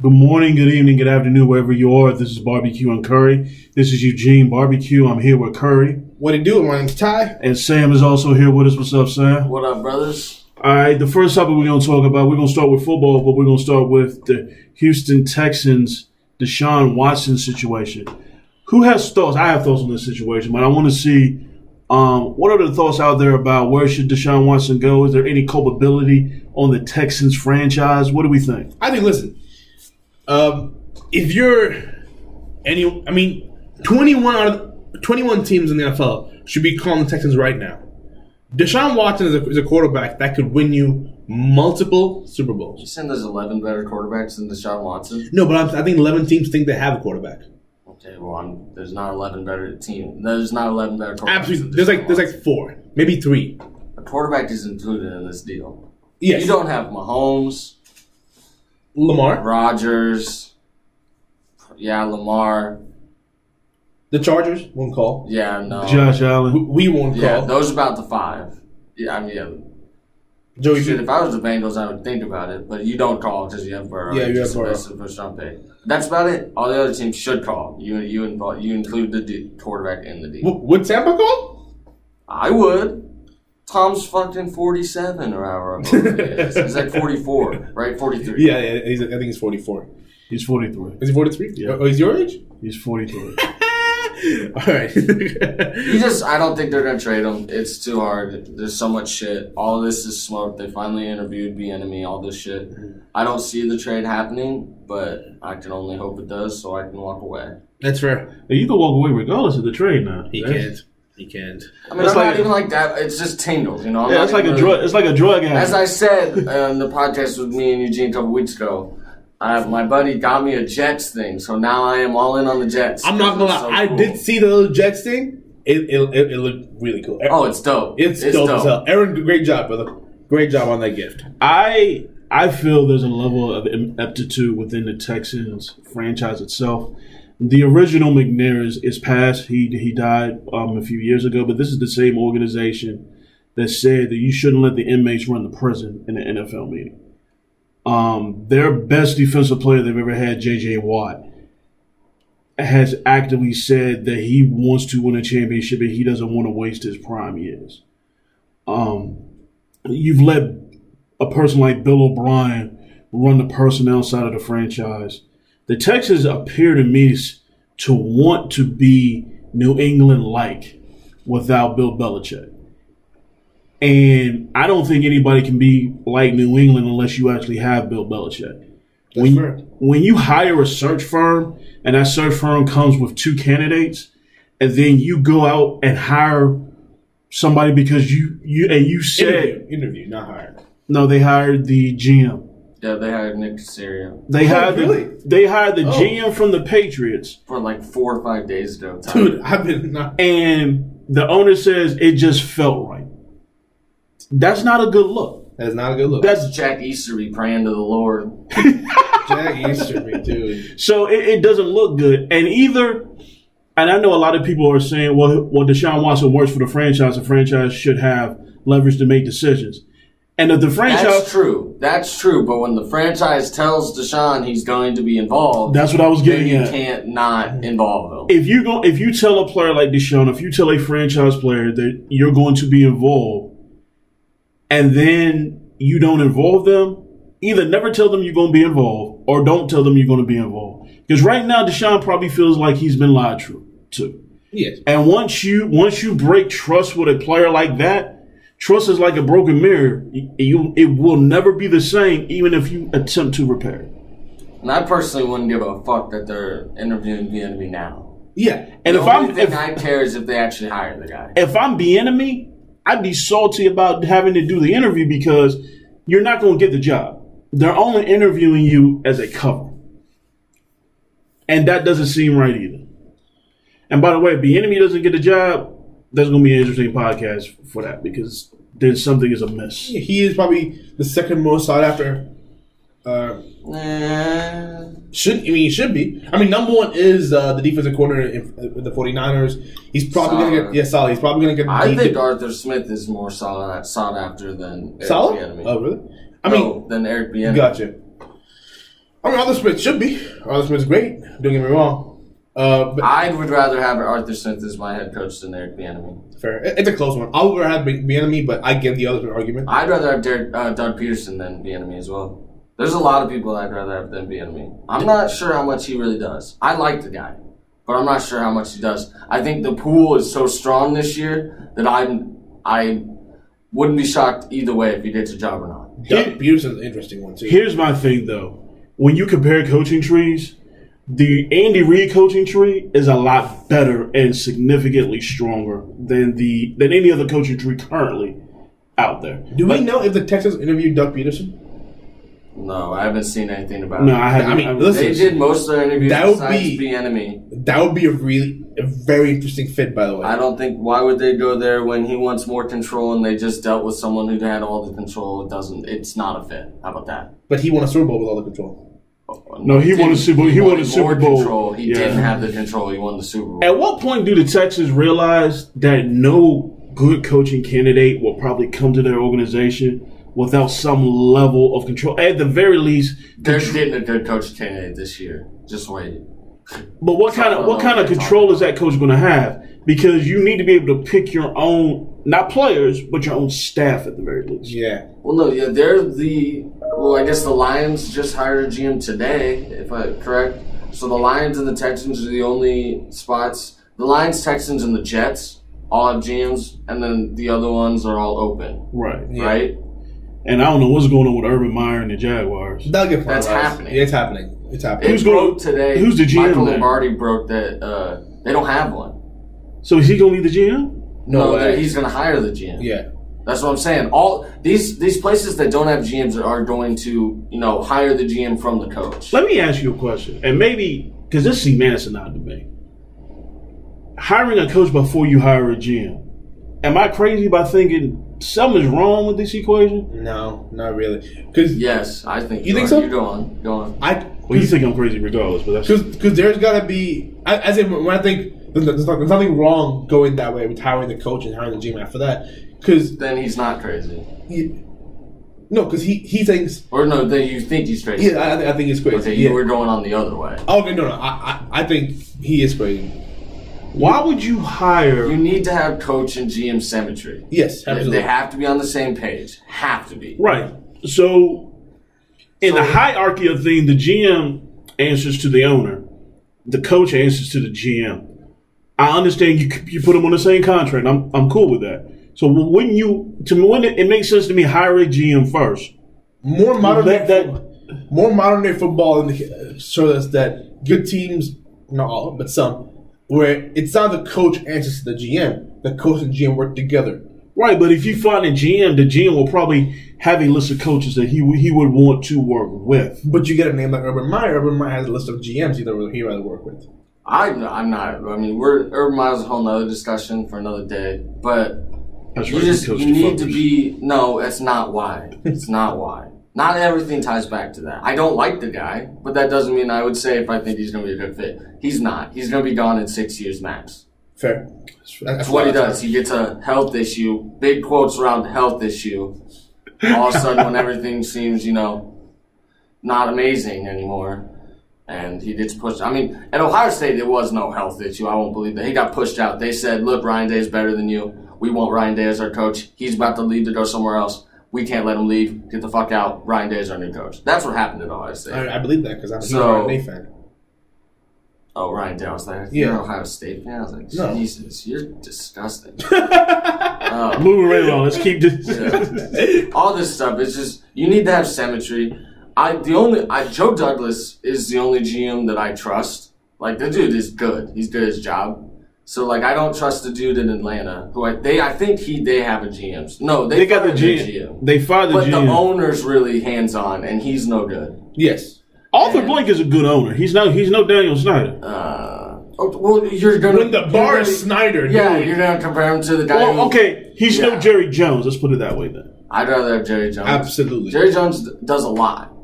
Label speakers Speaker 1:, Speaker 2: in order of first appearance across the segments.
Speaker 1: Good morning, good evening, good afternoon, wherever you are. This is Barbecue and Curry. This is Eugene Barbecue. I'm here with Curry.
Speaker 2: What it do? My name's Ty.
Speaker 1: And Sam is also here with us. What's up, Sam?
Speaker 3: What up, brothers?
Speaker 1: All right, the first topic we're going to talk about, we're going to start with football, but we're going to start with the Houston Texans Deshaun Watson situation. Who has thoughts? I have thoughts on this situation, but I want to see um, what are the thoughts out there about where should Deshaun Watson go? Is there any culpability on the Texans franchise? What do we think?
Speaker 2: I think. Listen, um, if you're any, I mean, twenty-one out of twenty-one teams in the NFL should be calling the Texans right now. Deshaun Watson is a, is a quarterback that could win you multiple Super
Speaker 3: You
Speaker 2: Bowls.
Speaker 3: saying there's 11 better quarterbacks than Deshaun Watson?
Speaker 2: No, but I'm, I think eleven teams think they have a quarterback.
Speaker 3: Okay, well, I'm, there's not 11 better team. There's not 11 better quarterbacks.
Speaker 2: Absolutely,
Speaker 3: than
Speaker 2: there's like
Speaker 3: Deshaun
Speaker 2: there's
Speaker 3: Watson.
Speaker 2: like four, maybe three.
Speaker 3: a quarterback is included in this deal.
Speaker 2: Yes,
Speaker 3: You don't have Mahomes,
Speaker 2: Lamar,
Speaker 3: Rodgers, yeah, Lamar,
Speaker 2: the Chargers won't call.
Speaker 3: yeah, no,
Speaker 1: Josh
Speaker 2: We,
Speaker 1: Allen.
Speaker 2: we won't
Speaker 3: yeah,
Speaker 2: call.
Speaker 3: those are about the five. Yeah, I mean, yeah.
Speaker 2: Joey,
Speaker 3: Shit, if I was the Bengals, I would think about it, but you don't call because you have Burrow.
Speaker 2: Yeah, you have
Speaker 3: Just
Speaker 2: Burrow.
Speaker 3: miss the first round pick. That's about it. All the other teams should call. You you involve, you include the D- quarterback in the deal.
Speaker 2: w- would Tampa call?
Speaker 3: I would. Tom's fucking 47 or however old he is. He's like 44, right? 43.
Speaker 2: Yeah, yeah he's, I think he's forty-four.
Speaker 1: He's 43.
Speaker 2: Is he forty-three?
Speaker 1: Yeah.
Speaker 2: Oh, he's your age?
Speaker 1: He's 43.
Speaker 2: All right.
Speaker 3: You just, I don't think they're going to trade him. It's too hard. There's so much shit. All of this is smoke. They finally interviewed B Enemy, all this shit. I don't see the trade happening, but I can only hope it does so I can walk away.
Speaker 2: That's fair.
Speaker 1: And you can walk away regardless of the trade now.
Speaker 2: He
Speaker 1: That's-
Speaker 2: can't. He can't.
Speaker 3: I mean,
Speaker 1: That's like
Speaker 3: I'm not
Speaker 1: a-
Speaker 3: even like that. It's just tingled, you know? I'm
Speaker 1: Yeah,
Speaker 3: not
Speaker 1: it's like
Speaker 3: even
Speaker 1: a
Speaker 3: really-
Speaker 1: drug. It's like a drug addict.
Speaker 3: As I said uh, in the podcast with me and Eugene a couple weeks ago, uh, my buddy got me a Jets thing, so now I am all in on the Jets.
Speaker 2: I'm not gonna lie.
Speaker 3: So
Speaker 2: I
Speaker 3: cool.
Speaker 2: did see the little Jets thing. It it, it, it looked really cool.
Speaker 3: Oh, it's dope.
Speaker 2: it's, dope, as hell. Aaron, great job, brother. Great job on that gift.
Speaker 1: I I feel there's a level of ineptitude within the Texans franchise itself. The original McNair is, is past. He he died um, a few years ago, but this is the same organization that said that you shouldn't let the inmates run the prison in an NFL meeting. Um, their best defensive player they've ever had, J.J. Watt, has actively said that he wants to win a championship and he doesn't want to waste his prime years. Um, you've let a person like Bill O'Brien run the personnel side of the franchise. The Texans appear to me s- to want to be New England like without Bill Belichick. And I don't think anybody can be like New England unless you actually have Bill Belichick. When
Speaker 2: fair.
Speaker 1: you, when you hire a search firm and that search firm comes with two candidates, and then you go out and hire somebody because you you and you said
Speaker 2: Interview, interview, not hired.
Speaker 1: no, they hired the GM.
Speaker 3: Yeah, they hired Nick Casario
Speaker 1: They
Speaker 2: Oh,
Speaker 1: hired
Speaker 2: really?
Speaker 1: the, they hired the
Speaker 2: Oh.
Speaker 1: GM from the Patriots,
Speaker 3: for like four or five days ago. Tyler.
Speaker 2: Dude, I've been not.
Speaker 1: and the owner says it just felt right. That's not a good look.
Speaker 2: That is not a good look.
Speaker 1: That's
Speaker 3: Jack Easterby praying to the Lord.
Speaker 2: Jack Easterby, dude.
Speaker 1: so it, it doesn't look good. And either, and I know a lot of people are saying, well, well, Deshaun Watson works for the franchise. The franchise should have leverage to make decisions. And if the franchise,
Speaker 3: That's true. That's true. But when the franchise tells Deshaun he's going to be involved,
Speaker 1: that's what I was
Speaker 3: then
Speaker 1: getting
Speaker 3: you
Speaker 1: at.
Speaker 3: can't not involve him.
Speaker 1: if you go if you tell a player like Deshaun, if you tell a franchise player that you're going to be involved, and then you don't involve them, either never tell them you're going to be involved or don't tell them you're going to be involved. Because right now, Deshaun probably feels like he's been lied to. to.
Speaker 2: Yes.
Speaker 1: And once you once you break trust with a player like that, trust is like a broken mirror. You- you it will never be the same, even if you attempt to repair it.
Speaker 3: And I personally wouldn't give a fuck that they're interviewing the enemy now.
Speaker 2: Yeah.
Speaker 1: And
Speaker 3: The
Speaker 1: if
Speaker 3: only
Speaker 1: I'm
Speaker 3: thing
Speaker 1: if,
Speaker 3: I care is if they actually hire the guy.
Speaker 1: if I'm the enemy, I'd be salty about having to do the interview because you're not going to get the job. They're only interviewing you as a cover. And that doesn't seem right either. And by the way, if the enemy doesn't get the job, there's going to be an interesting podcast for that because then something is amiss.
Speaker 2: He is probably the second most sought after. Uh,
Speaker 3: Nah.
Speaker 2: should I mean he should be? I mean, number one is uh, the defensive corner in, uh, with the 49ers. He's probably gonna
Speaker 3: Salah.
Speaker 2: get yeah, Salah. He's probably gonna get.
Speaker 3: I
Speaker 2: the-
Speaker 3: think Arthur Smith is more sought, sought after than Eric
Speaker 2: Salah.
Speaker 3: Bieniemy.
Speaker 2: Oh, really? Oh, I mean,
Speaker 3: no, than Eric Bieniemy.
Speaker 2: Gotcha. I mean, Arthur Smith should be. Arthur Smith's great. Don't get me wrong. Uh, but
Speaker 3: I would rather have Arthur Smith as my head coach than Eric Bieniemy.
Speaker 2: fair. It- It's a close one. I would rather have enemy, but I get the other argument.
Speaker 3: I'd rather have Derek, uh, Doug Peterson than Bieniemy as well. There's a lot of people I'd rather have than Bieniemy. I'm not sure how much he really does. I like the guy, but I'm not sure how much he does. I think the pool is so strong this year that I'm I wouldn't be shocked either way if he gets a job or not.
Speaker 2: Doug Peterson's an interesting one too.
Speaker 1: Here's my thing though. When you compare coaching trees, the Andy Reid coaching tree is a lot better and significantly stronger than the than any other coaching tree currently out there.
Speaker 2: Do we know if the Texans interviewed Doug Peterson?
Speaker 3: No, I haven't seen anything about
Speaker 1: No,
Speaker 3: it.
Speaker 1: I haven't.
Speaker 2: I mean,
Speaker 1: haven't-
Speaker 2: listen.
Speaker 3: They did most of their interviews
Speaker 2: That would
Speaker 3: besides
Speaker 2: be-
Speaker 3: Bieniemy.
Speaker 2: That would be a really a very interesting fit, by the way.
Speaker 3: I don't think why would they go there when he wants more control and they just dealt with someone who had all the control. It doesn't. It's not a fit. How about that?
Speaker 2: But he won a Super Bowl with all the control.
Speaker 1: No, he won a
Speaker 3: Didn't-
Speaker 1: Super Bowl. He won a
Speaker 3: wanted
Speaker 1: Super
Speaker 3: more
Speaker 1: Bowl.
Speaker 3: Control. He
Speaker 1: Yeah.
Speaker 3: didn't have the control. He won the Super Bowl.
Speaker 1: At what point do the Texans realize that no good coaching candidate will probably come to their organization without some level of control? At the very least,
Speaker 3: They're getting a good coach candidate this year. Just wait.
Speaker 1: But what kind of what kind of control is that coach going to have? Because you need to be able to pick your own not players, but your own staff at the very least.
Speaker 2: Yeah.
Speaker 3: Well, no, yeah, they're the. Well, I guess the Lions just hired a GM today, if I correct. So the Lions and the Texans are the only spots. The Lions, Texans, and the Jets all have GMs, and then the other ones are all open,
Speaker 1: Right.
Speaker 2: Yeah.
Speaker 3: right?
Speaker 1: And I don't know what's going on with Urban Meyer and the Jaguars.
Speaker 2: That'll get finalized.
Speaker 3: That's happening.
Speaker 2: Yeah, it's happening. It's happening.
Speaker 3: It
Speaker 1: Who's going-
Speaker 3: broke today.
Speaker 1: who's the GM
Speaker 3: Michael
Speaker 1: then?
Speaker 3: Lombardi broke that. Uh, they don't have one.
Speaker 1: So is he going to be the GM?
Speaker 3: No,
Speaker 2: way.
Speaker 3: he's going to hire the GM.
Speaker 2: yeah.
Speaker 3: That's what I'm saying. All these these places that don't have GMs are going to you know hire the GM from the coach.
Speaker 1: Let me ask you a question, and maybe because this is man, it's not debate. Hiring a coach before you hire a GM. Am I crazy by thinking something's wrong with this equation?
Speaker 2: No, not really. Because
Speaker 3: Yes, I think
Speaker 2: You think
Speaker 3: are.
Speaker 2: so?
Speaker 3: You go on, go on.
Speaker 2: I.
Speaker 1: Well, you think I'm crazy regardless, but that's
Speaker 2: Because there's got to be, I, I say, when I think there's, there's, not- there's nothing wrong going that way with hiring the coach and hiring the GM after that. Because,
Speaker 3: Then he's not crazy,
Speaker 2: no, because he, he thinks,
Speaker 3: or no? Then you think he's crazy.
Speaker 2: yeah, I, I thi- I think it's crazy.
Speaker 3: Okay,
Speaker 2: yeah.
Speaker 3: you were going on the other way.
Speaker 2: oh, okay, no, no, I, I, I think he is crazy.
Speaker 1: why would you hire?
Speaker 3: You need to have coach and GM symmetry.
Speaker 2: Yes,
Speaker 3: They-
Speaker 2: absolutely.
Speaker 3: They have to be on the same page. Have to be.
Speaker 1: Right. So, in the
Speaker 3: So-
Speaker 1: hierarchy of thing, the GM answers to the owner, the coach answers to the GM. I understand you you put them on the same contract. I'm I'm cool with that. So wouldn't you to me when it, it makes sense to me hire a GM first?
Speaker 2: More modern
Speaker 1: That-
Speaker 2: day,
Speaker 1: that-
Speaker 2: fo- more modern day football in- shows us that good teams, not all, but some, where it's not the coach answers to the GM. The coach and GM work together.
Speaker 1: Right, but if you find a GM, the GM will probably have a list of coaches that he would- he would want to work with.
Speaker 2: But you get a name like Urban Meyer. Urban Meyer has a list of GMs either he rather work with.
Speaker 3: I, I'm not. I mean, we're Urban Meyer's a whole nother discussion for another day. But
Speaker 1: That's
Speaker 3: You
Speaker 1: right,
Speaker 3: just
Speaker 1: coach
Speaker 3: you
Speaker 1: the
Speaker 3: need to
Speaker 1: fuckers.
Speaker 3: be no. It's not why. It's not why. Not everything ties back to that. I don't like the guy, but that doesn't mean I would say if I think he's going to be a good fit. He's not. He's going to be gone in six years max.
Speaker 2: Fair. That's
Speaker 3: That's what he does. He gets a health issue. Big quotes around health issue. All of a sudden, when everything seems you know not amazing anymore, and he gets pushed. I mean, at Ohio State, there was no health issue. I won't believe that. He got pushed out. They said, look, Ryan Day is better than you. We want Ryan Day as our coach. He's about to leave to go somewhere else. We can't let him leave. Get the fuck out. Ryan Day is our new coach. That's what happened at Ohio State.
Speaker 2: I, I believe that because I'm a
Speaker 3: So-
Speaker 2: so, Day fan.
Speaker 3: Oh, Ryan Day. I was like,
Speaker 2: Yeah.
Speaker 3: you're Ohio State fan? I was like,
Speaker 2: No.
Speaker 3: Jesus, you're disgusting.
Speaker 1: moving right along. Let's keep this.
Speaker 3: all this stuff. It's just you need to have symmetry. I the only I, Joe Douglas is the only GM that I trust. Like the dude is good. He's good at his job. So like I don't trust the dude in Atlanta who I they I think he they have a GM. No, they,
Speaker 1: They got the
Speaker 3: fired their
Speaker 1: GM. They fired the
Speaker 3: But the
Speaker 1: GM.
Speaker 3: owner's really hands on and he's no good.
Speaker 2: Yes.
Speaker 1: Arthur Blank is a good owner. He's not. He's no Daniel Snyder.
Speaker 3: Uh, oh, well, you're gonna
Speaker 2: When the bar
Speaker 3: you're
Speaker 2: is
Speaker 3: gonna-
Speaker 2: Snyder,
Speaker 3: Yeah,
Speaker 2: dude.
Speaker 3: you're gonna compare him to the guy. who,
Speaker 1: Well, okay, he's
Speaker 3: Yeah.
Speaker 1: no Jerry Jones. Let's put it that way then.
Speaker 3: I'd rather have Jerry Jones.
Speaker 2: Absolutely.
Speaker 3: Jerry Jones d- does a lot.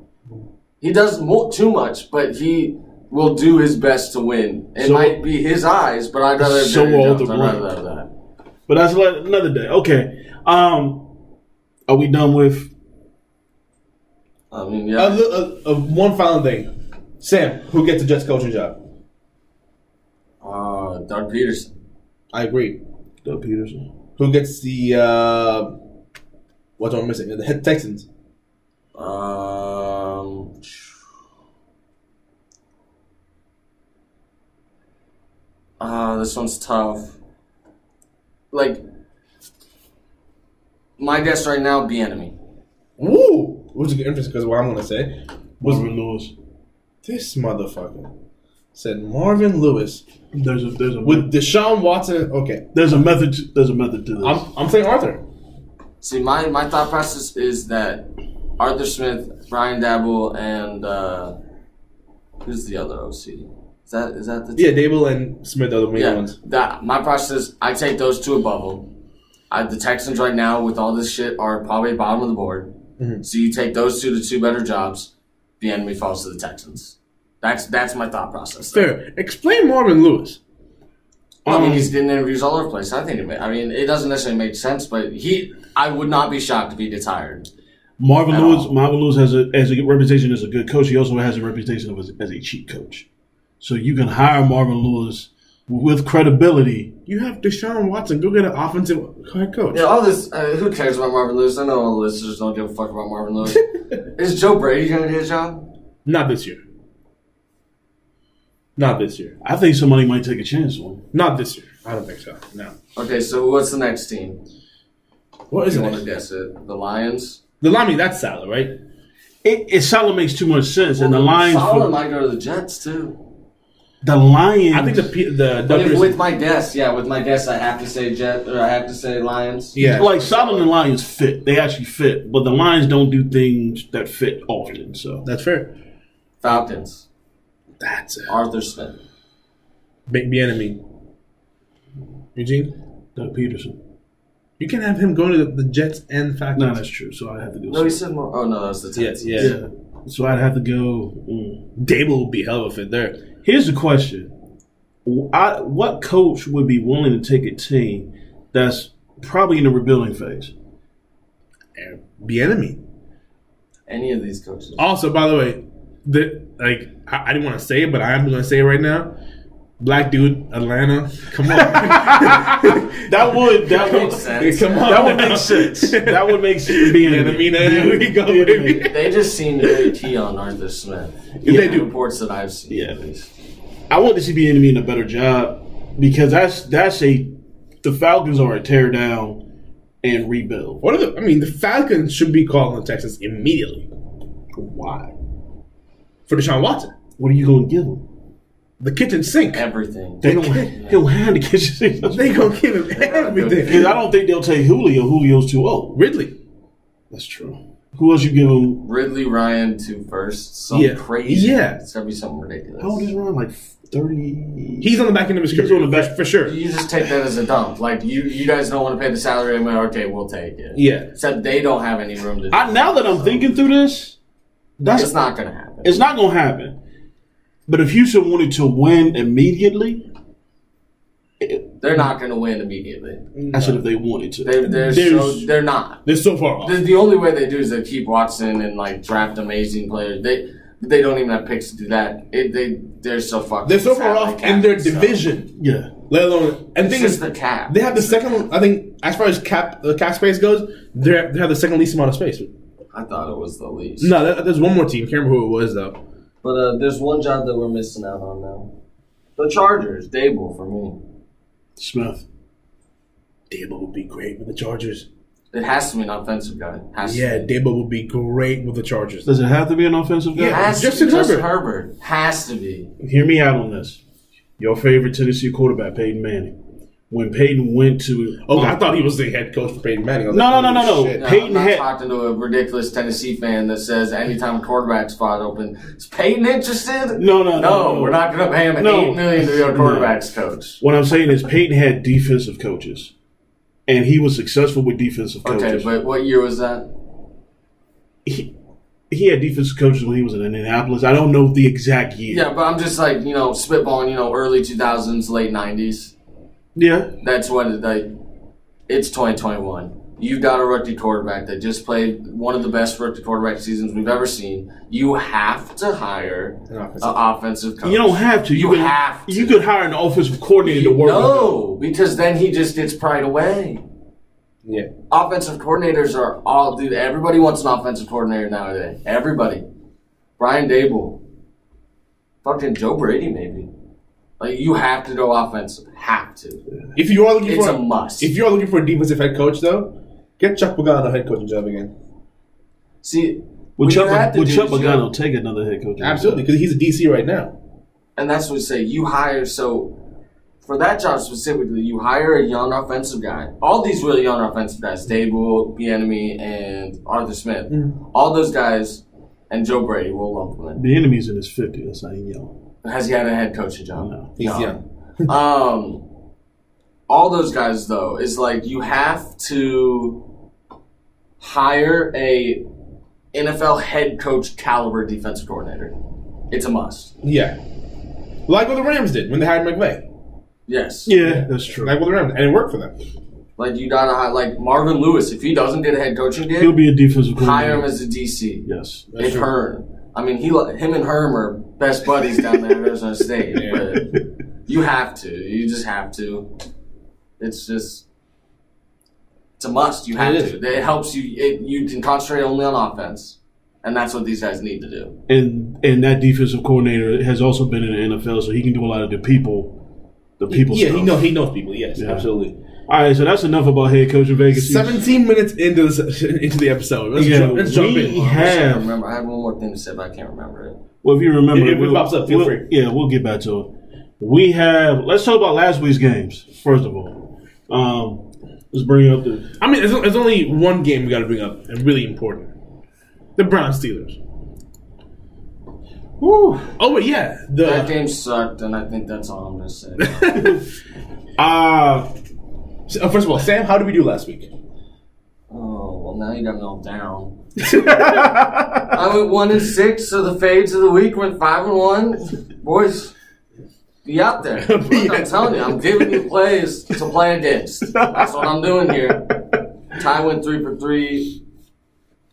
Speaker 3: He does more, too much, but he will do his best to win. It
Speaker 1: So-
Speaker 3: might be his eyes, but I'd rather have
Speaker 1: So
Speaker 3: Jerry
Speaker 1: will
Speaker 3: Jones.
Speaker 1: the
Speaker 3: I'd rather
Speaker 1: Blank.
Speaker 3: have that.
Speaker 1: But that's like another day. Okay. Um, are we done with
Speaker 3: I mean,
Speaker 2: Uh,
Speaker 3: yeah.
Speaker 2: look, uh, uh, one final thing. Sam, who gets the Jets coaching job?
Speaker 3: Uh, Doug Peterson.
Speaker 2: I agree.
Speaker 1: Doug Peterson.
Speaker 2: Who gets the uh, what am I missing? The head Texans.
Speaker 3: Um, ah, this one's tough. Like, my guess right now, be enemy.
Speaker 2: Woo! Which is interesting because what I'm gonna say was
Speaker 1: Marvin Lewis.
Speaker 2: this motherfucker said Marvin Lewis
Speaker 1: There's a there's a
Speaker 2: with Deshaun Watson. Okay,
Speaker 1: there's a method to, there's a method to this.
Speaker 2: I'm I'm saying Arthur.
Speaker 3: See, my, my thought process is that Arthur Smith, Brian Dabble, and uh, who's the other OC? Is that is that the
Speaker 2: Yeah, Dable and Smith are the main
Speaker 3: yeah?
Speaker 2: ones.
Speaker 3: That my process is I take those two above them. I, the Texans right now with all this shit are probably bottom of the board.
Speaker 2: Mm-hmm.
Speaker 3: So you take those two to two better jobs. The enemy falls to the Texans. That's that's my thought process.
Speaker 2: Fair. Explain Marvin Lewis.
Speaker 3: I mean,
Speaker 2: Um,
Speaker 3: he's getting interviews all over the place. I think. It ma- I mean, it doesn't necessarily make sense, but he. I would not be shocked if he gets hired.
Speaker 1: Marvin
Speaker 3: at
Speaker 1: Lewis.
Speaker 3: all.
Speaker 1: Marvin Lewis has a as a reputation as a good coach. He also has a reputation of as, as a cheat coach. So you can hire Marvin Lewis with credibility.
Speaker 2: You have Deshaun Watson. Go get an offensive head coach.
Speaker 3: Yeah, all this. Uh, who cares about Marvin Lewis? I know all the listeners don't give a fuck about Marvin Lewis. Is Joe Brady gonna get a job?
Speaker 2: Not this year. Not this year.
Speaker 1: I think somebody might take a chance on. him.
Speaker 2: Not this year. I don't think so. No.
Speaker 3: Okay, so what's the next team?
Speaker 2: What
Speaker 3: If
Speaker 2: is
Speaker 3: you want to
Speaker 2: it?
Speaker 3: guess it, the Lions.
Speaker 2: The Lami, that's Salah, right?
Speaker 1: It, it Salah makes too much sense, and the Lions.
Speaker 3: Solid might go to the Jets too.
Speaker 1: the Lions.
Speaker 2: I think the P- the
Speaker 3: But if,
Speaker 2: W's-
Speaker 3: with my guess, yeah, with my guess, I have to say Jet or I have to say Lions.
Speaker 2: yeah.
Speaker 1: like Salah and the Lions fit. They actually fit, but the Lions don't do things that fit often. So
Speaker 2: that's fair.
Speaker 3: Falcons.
Speaker 2: That's a
Speaker 3: Arthur Smith.
Speaker 2: big enemy. Eugene,
Speaker 1: Doug Peterson.
Speaker 2: you can have him going to the, the Jets and Falcons.
Speaker 1: No, that's true. So I have to go.
Speaker 3: No, he said more. Oh no, that was the
Speaker 2: yeah,
Speaker 3: Texans.
Speaker 2: yeah.
Speaker 1: yeah. So I'd have to go. mm.
Speaker 2: Dable will be hell of a fit there.
Speaker 1: Here's the question: I, What coach would be willing to take a team that's probably in the rebuilding phase?
Speaker 2: Be enemy.
Speaker 3: Any of these coaches.
Speaker 2: Also, by the way, the like I, I didn't want to say it, but I am going to say it right now. Black dude, Atlanta. Come on.
Speaker 1: That would that
Speaker 3: Makes sense.
Speaker 2: Come on.
Speaker 1: that would make sense. That would make sense. Being
Speaker 2: Yeah, I mean, there we go, baby.
Speaker 3: They just seem very key on Arthur Smith.
Speaker 1: Yeah.
Speaker 3: In the reports that I've seen.
Speaker 1: Yeah. I want to see the enemy in a better job because that's that's a the Falcons are a tear down and rebuild.
Speaker 2: What are the? I mean, the Falcons should be calling the Texans immediately
Speaker 1: Why?
Speaker 2: for Deshaun Watson.
Speaker 1: What are you going to give them?
Speaker 2: The kitchen sink.
Speaker 3: Everything.
Speaker 1: They don't. He'll hand the kitchen.
Speaker 2: They gonna give him
Speaker 1: Because I
Speaker 2: everything.
Speaker 1: don't think they'll take Julio. Julio's too old.
Speaker 2: Ridley.
Speaker 1: That's true. Who else you give them?
Speaker 3: Ridley Ryan two first. Some
Speaker 2: Yeah.
Speaker 3: crazy.
Speaker 2: Yeah.
Speaker 3: It's gonna be something ridiculous.
Speaker 1: How old is Ron? Like thirty.
Speaker 2: He's on the back end of his career.
Speaker 1: on the back-
Speaker 2: for sure.
Speaker 3: you just take that as a dump. Like you, you guys don't want to pay the salary. I mean, okay, we'll take it.
Speaker 2: Yeah.
Speaker 3: Except they don't have any room to. Do
Speaker 1: I, now that I'm thinking through this,
Speaker 3: that.
Speaker 1: that's
Speaker 3: It's not gonna happen.
Speaker 1: it's not gonna happen. But if Houston wanted to win immediately,
Speaker 3: They're not gonna win immediately.
Speaker 1: I said if they wanted to.
Speaker 3: They, they're so,
Speaker 2: There's-
Speaker 3: they're not.
Speaker 2: They're so far off.
Speaker 3: The, the only way they do is they keep Watson and like draft amazing players. They they don't even have picks to do that. It, they they're so fucked.
Speaker 2: They're so
Speaker 3: It's
Speaker 2: far
Speaker 3: half
Speaker 2: off
Speaker 3: the cap,
Speaker 2: in their
Speaker 3: so-
Speaker 2: division.
Speaker 1: yeah,
Speaker 2: Let alone and the
Speaker 3: It's
Speaker 2: thing
Speaker 3: just
Speaker 2: is
Speaker 3: the cap.
Speaker 2: they have the second. I think as far as cap the cap space goes, they are they have the second least amount of space.
Speaker 3: I thought it was the least.
Speaker 2: No, that, there's one more team. Can't remember who it was though.
Speaker 3: But uh, there's one job that we're missing out on now. The Chargers, Dable for me.
Speaker 1: Smith.
Speaker 2: Dable would be great with the Chargers.
Speaker 3: It has to be an offensive guy. Has to
Speaker 2: Yeah,
Speaker 3: be.
Speaker 2: Dable would be great with the Chargers.
Speaker 1: Does it have to be an offensive guy?
Speaker 2: Yeah.
Speaker 3: Has
Speaker 2: Justin
Speaker 3: to be. Justin
Speaker 2: Herbert.
Speaker 3: Herbert has to be.
Speaker 1: Hear me out on this. Your favorite Tennessee quarterback, Peyton Manning. When Peyton went to
Speaker 2: Oh, I thought he was the head coach for Peyton Manning. I was
Speaker 1: No,
Speaker 2: like,
Speaker 1: no, no,
Speaker 2: holy
Speaker 1: no, no.
Speaker 2: shit.
Speaker 3: No, Uh,
Speaker 1: Peyton
Speaker 3: I'm not
Speaker 1: had-
Speaker 3: talking to a ridiculous Tennessee fan that says anytime a quarterback spot open, is Peyton interested?
Speaker 1: No, no, no,
Speaker 3: no.
Speaker 1: no.
Speaker 3: we're not going to pay him
Speaker 1: No.
Speaker 3: eight million to be our quarterbacks coach.
Speaker 1: what I'm saying is Peyton had defensive coaches, and he was successful with defensive
Speaker 3: Okay,
Speaker 1: coaches.
Speaker 3: but what year was that?
Speaker 1: he, he had defensive coaches when he was in Indianapolis. I don't know the exact year.
Speaker 3: Yeah, but I'm just like you know spitballing. You know, early 2000s, late 90s.
Speaker 1: yeah.
Speaker 3: That's what it, like. It's 2021. You've got a rookie quarterback that just played one of the best rookie quarterback seasons we've ever seen. You have to hire
Speaker 2: An
Speaker 3: an
Speaker 2: offensive
Speaker 3: offensive coach.
Speaker 1: You don't have to.
Speaker 3: You
Speaker 1: could,
Speaker 3: have to.
Speaker 1: You could hire an offensive coordinator to work. with them.
Speaker 3: No, because then he just gets pried away.
Speaker 2: Yeah.
Speaker 3: Offensive coordinators are all dude. Everybody wants an offensive coordinator nowadays. Everybody. Brian Dable. Fucking Joe Brady, maybe. Like you have to go offensive. Have to.
Speaker 2: If you are looking
Speaker 3: It's
Speaker 2: for
Speaker 3: a must.
Speaker 2: if you are looking for a defensive head coach though, get Chuck Pagano head coaching job again.
Speaker 3: See,
Speaker 1: Would
Speaker 3: what you have
Speaker 1: Chuck,
Speaker 3: to
Speaker 1: would
Speaker 3: do
Speaker 1: Chuck
Speaker 3: is you-
Speaker 1: Pagano take another head coach?
Speaker 2: Absolutely, because he's a DC right now.
Speaker 3: and that's what we say. You hire so for that job specifically, you hire a young offensive guy. All these really young offensive guys, Dable, Bienemy, and Arthur Smith. All those guys and Joe Brady will love
Speaker 1: The enemy's in his fifty. That's not even young.
Speaker 3: them. Has he had a head coaching job?
Speaker 1: No.
Speaker 2: He's
Speaker 3: No.
Speaker 2: young.
Speaker 3: Um, all those guys though is like you have to hire a NFL head coach caliber defensive coordinator. It's a must.
Speaker 2: Yeah. Like what the Rams did when they hired McVay.
Speaker 3: Yes.
Speaker 1: Yeah, that's true.
Speaker 2: Like what the Rams and it worked for them.
Speaker 3: Like you gotta hire like Marvin Lewis. If he doesn't get a head coaching
Speaker 1: He'll
Speaker 3: gig,
Speaker 1: be a defensive
Speaker 3: hire him
Speaker 1: coordinator.
Speaker 3: as a DC.
Speaker 1: Yes.
Speaker 3: and Hearn. I mean, he li- him and Herm are best buddies down there at Arizona State. But you have to. You just have to. It's just. It's a must. You have
Speaker 2: It
Speaker 3: to. It helps you. It, you can concentrate only on offense, and that's what these guys need to do.
Speaker 1: And and that defensive coordinator has also been in the NFL, so he can do a lot of the people, the people
Speaker 2: yeah,
Speaker 1: stuff.
Speaker 2: he knows he knows people. Yes,
Speaker 1: Yeah.
Speaker 2: absolutely.
Speaker 1: All right, so that's enough about head coaching vacancies.
Speaker 2: Seventeen minutes into the into the episode, let's,
Speaker 1: Yeah,
Speaker 2: jump, let's jump
Speaker 1: we-
Speaker 2: in.
Speaker 3: I wish I
Speaker 1: have-
Speaker 3: could remember. I had one more thing to say, but I can't remember it.
Speaker 1: Well, if you remember,
Speaker 2: If it pops up, feel
Speaker 1: we'll-
Speaker 2: free.
Speaker 1: Yeah, we'll get back to it. We have. Let's talk about last week's games first of all. Um, let's bring up the.
Speaker 2: I mean, there's, there's only one game we got to bring up, and really important: the Brown Steelers.
Speaker 1: Whew.
Speaker 2: Oh, wait, yeah,
Speaker 3: That
Speaker 2: the
Speaker 3: game sucked, and I think that's all I'm gonna say.
Speaker 1: Uh,
Speaker 2: uh, first of all, Sam, how did we do last week?
Speaker 3: oh well, now you got me all down. I went one and six, so the fades of the week went five and one. Boys, be out there. Look, I'm telling you, I'm giving you plays to play against. That's what I'm doing here. Ty went three for three,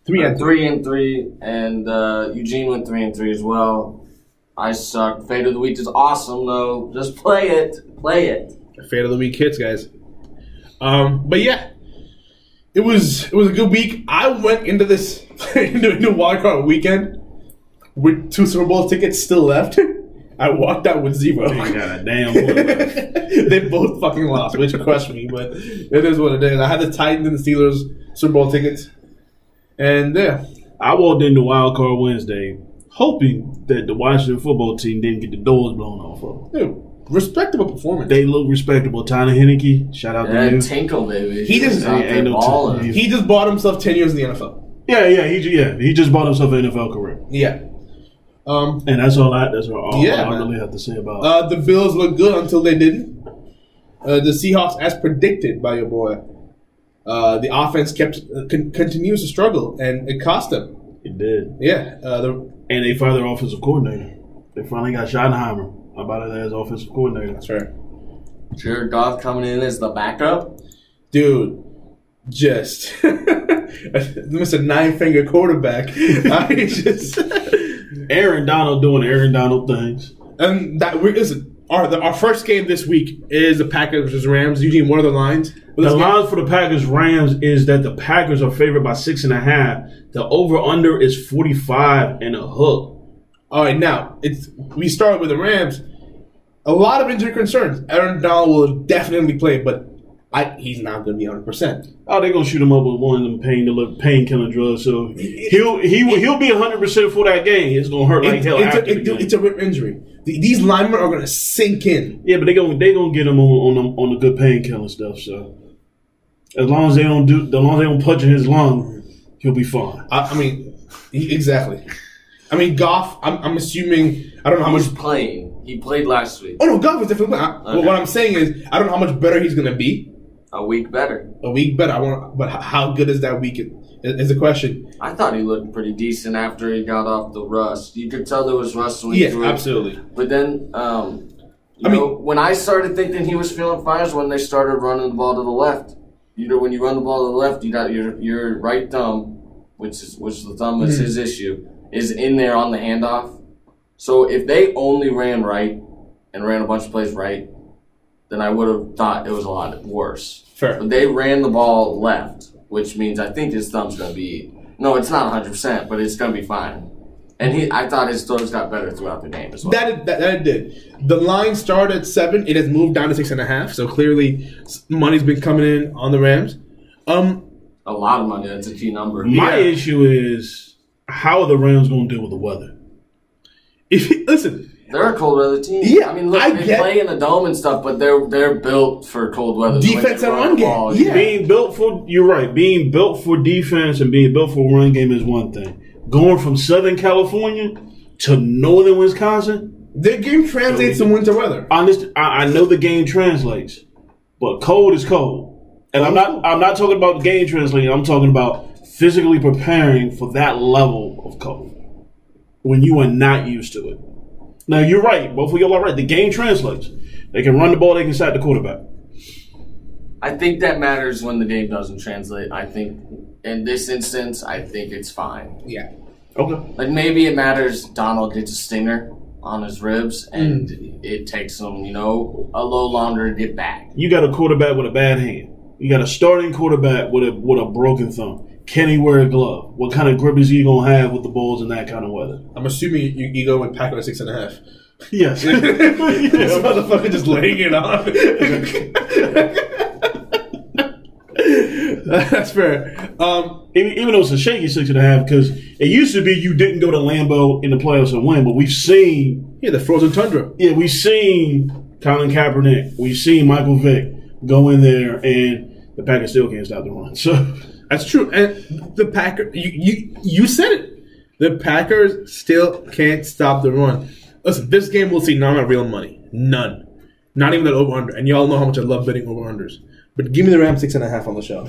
Speaker 2: Three and three.
Speaker 3: three and three, and uh, Eugene went three and three as well. I suck. Fade of the week is awesome though. Just play it, play it.
Speaker 2: Fan of the week hits, guys. Um, but yeah, it was it was a good week. I went into this into, into wildcard weekend with two Super Bowl tickets still left. I walked out with zero.
Speaker 1: I got a damn. quarterback.
Speaker 2: they both fucking lost, which crushed me, but it is what it is. I had the Titans and the Steelers Super Bowl tickets. And yeah.
Speaker 1: I walked into Wild Card Wednesday hoping that the Washington football team didn't get the doors blown off of. them.
Speaker 2: Dude, respectable performance.
Speaker 1: They look respectable. Tyler Henneke, shout out
Speaker 3: Yeah,
Speaker 1: to you.
Speaker 3: Tinkle baby.
Speaker 2: He just-
Speaker 3: was out
Speaker 2: ain't
Speaker 3: there
Speaker 1: no
Speaker 3: balling.
Speaker 1: Tinkle.
Speaker 2: he just bought himself ten years in the NFL.
Speaker 1: Yeah, yeah, he ju- yeah he just bought himself an NFL career,
Speaker 2: Yeah. Um
Speaker 1: and that's all I that's all,
Speaker 2: Yeah,
Speaker 1: I
Speaker 2: man.
Speaker 1: really have to say about.
Speaker 2: uh, the Bills looked good until they didn't. Uh, the Seahawks, as predicted by your boy, uh, the offense kept uh, con- continues to struggle, and it cost them.
Speaker 1: it did,
Speaker 2: Yeah, uh, the,
Speaker 1: and they fired their offensive coordinator. They finally got Schottenheimer about it as offensive coordinator.
Speaker 2: that's right.
Speaker 3: Jared Goff coming in as the backup.
Speaker 2: dude, just Mr. Nine Finger Quarterback. I just
Speaker 1: Aaron Donald doing Aaron Donald things.
Speaker 2: and that we listen. Our the, our first game this week is the Packers versus Rams. Eugene, what are the lines? for this
Speaker 1: The
Speaker 2: game?
Speaker 1: line for the Packers Rams is that the Packers are favored by six and a half. The over under is forty five and a hook.
Speaker 2: All right, now it's we start with the Rams. A lot of injury concerns. Aaron Donald will definitely play, but I, he's not going to be hundred percent.
Speaker 1: Oh, they're gonna shoot him up with one of them pain painkiller drugs. So he'll he will he'll be hundred percent for that game. It's gonna hurt like
Speaker 2: It's
Speaker 1: hell
Speaker 2: it's
Speaker 1: after
Speaker 2: a
Speaker 1: the
Speaker 2: it's a-
Speaker 1: game.
Speaker 2: it's a rib injury. The- These linemen are going to sink in.
Speaker 1: Yeah, but they gonna they gonna get him on on the, on the good painkiller stuff. So as long as they don't do, as long as they don't punch in his lung, he'll be fine.
Speaker 2: I, I mean, e- exactly. I mean, Goff. I'm, I'm assuming. I don't know how much.
Speaker 3: He's playing. He played last week.
Speaker 2: Oh no, Goff is definitely. I, well, what I'm saying is, I don't know how much better he's gonna be
Speaker 3: A week better.
Speaker 2: a week better. I want, but h- how good is that week? Is, is the question.
Speaker 3: I thought he looked pretty decent after he got off the rust. You could tell there was rust when he
Speaker 2: Yes,
Speaker 3: threw it.
Speaker 2: absolutely.
Speaker 3: But then, um, you
Speaker 2: I mean-
Speaker 3: know, when I started thinking he was feeling fine is when they started running the ball to the left. you know when you run the ball to the left, you got your your right thumb, which is which the thumb
Speaker 2: Mm-hmm.
Speaker 3: is his issue, is in there on the handoff. So if they only ran right and ran a bunch of plays right, then I would have thought it was a lot worse.
Speaker 2: Fair.
Speaker 3: But they ran the ball left, which means I think his thumb's gonna be no, it's not 100, percent but it's gonna be fine. And he, I thought his thumbs got better throughout the game as well.
Speaker 2: That it, that, that it did. The line started at seven. It has moved down to six and a half. So clearly, s- money's been coming in on the Rams. Um,
Speaker 3: a lot of money. That's a key number.
Speaker 1: My
Speaker 2: Yeah.
Speaker 1: issue is how are the Rams going to deal with the weather?
Speaker 2: if you- listen,
Speaker 3: They're a cold weather team.
Speaker 2: Yeah,
Speaker 3: I mean, look,
Speaker 2: I
Speaker 3: they
Speaker 2: get-
Speaker 3: play in the dome and stuff, but they're they're built for cold weather. The way
Speaker 2: Defense
Speaker 3: they
Speaker 2: and
Speaker 3: run
Speaker 2: run
Speaker 3: the ball,
Speaker 2: game. Yeah.
Speaker 1: Being built for you're right. Being built for defense and being built for run game is one thing. Going from Southern California to Northern Wisconsin,
Speaker 2: their game translates to winter weather.
Speaker 1: I understand, I, I know the game translates, but cold is cold. And I'm not I'm not talking about game translating. I'm talking about physically preparing for that level of cold when you are not used to it. Now you're right. Both of y'all are right. The game translates. They can run the ball. They can sack the quarterback.
Speaker 3: I think that matters when the game doesn't translate. I think in this instance, I think it's fine.
Speaker 2: Yeah.
Speaker 1: Okay.
Speaker 3: Like maybe it matters. Donald gets a stinger on his ribs, and it takes him, you know, a little longer to get back.
Speaker 1: You got a quarterback with a bad hand. You got a starting quarterback with a with a broken thumb. Can he wear a glove? What kind of grip is he gonna have with the balls in that kind of weather?
Speaker 2: I'm assuming you, you go with Packer at six and a half.
Speaker 1: Yes.
Speaker 2: this
Speaker 1: Yeah.
Speaker 2: motherfucker just laying it on. That's fair. Um,
Speaker 1: even, even though it's a shaky six and a half, because it used to be you didn't go to Lambeau in the playoffs and win, but we've seen
Speaker 2: yeah, the frozen tundra.
Speaker 1: yeah we've seen Colin Kaepernick, we've seen Michael Vick go in there and the Packers still can't stop the run. So
Speaker 2: That's true. And the Packer, you, you you said it. The Packers still can't stop the run. Listen, this game will see none of my real money. None. Not even that over under. And y'all know how much I love betting over unders. But give me the Rams six and a half on the show.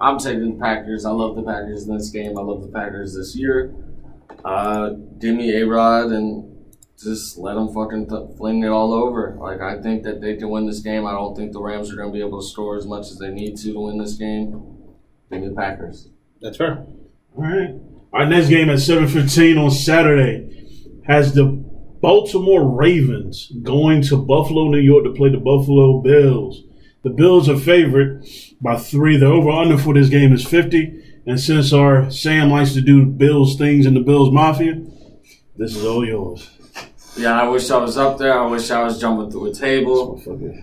Speaker 3: I'm taking the Packers. I love the Packers in this game. I love the Packers this year. Uh, give me A Rod and just let them fucking th- fling it all over. Like, I think that they can win this game. I don't think the Rams are going to be able to score as much as they need to to win this game. Give me the Packers.
Speaker 2: That's fair.
Speaker 1: All right. Our next game at 7:15 on Saturday has the Baltimore Ravens going to Buffalo, New York to play the Buffalo Bills. The Bills are favored by 3. The over under for this game is 50. And since our Sam likes to do Bills things in the Bills Mafia, this is all yours.
Speaker 3: Yeah, I wish I was up there. I wish I was jumping through a table.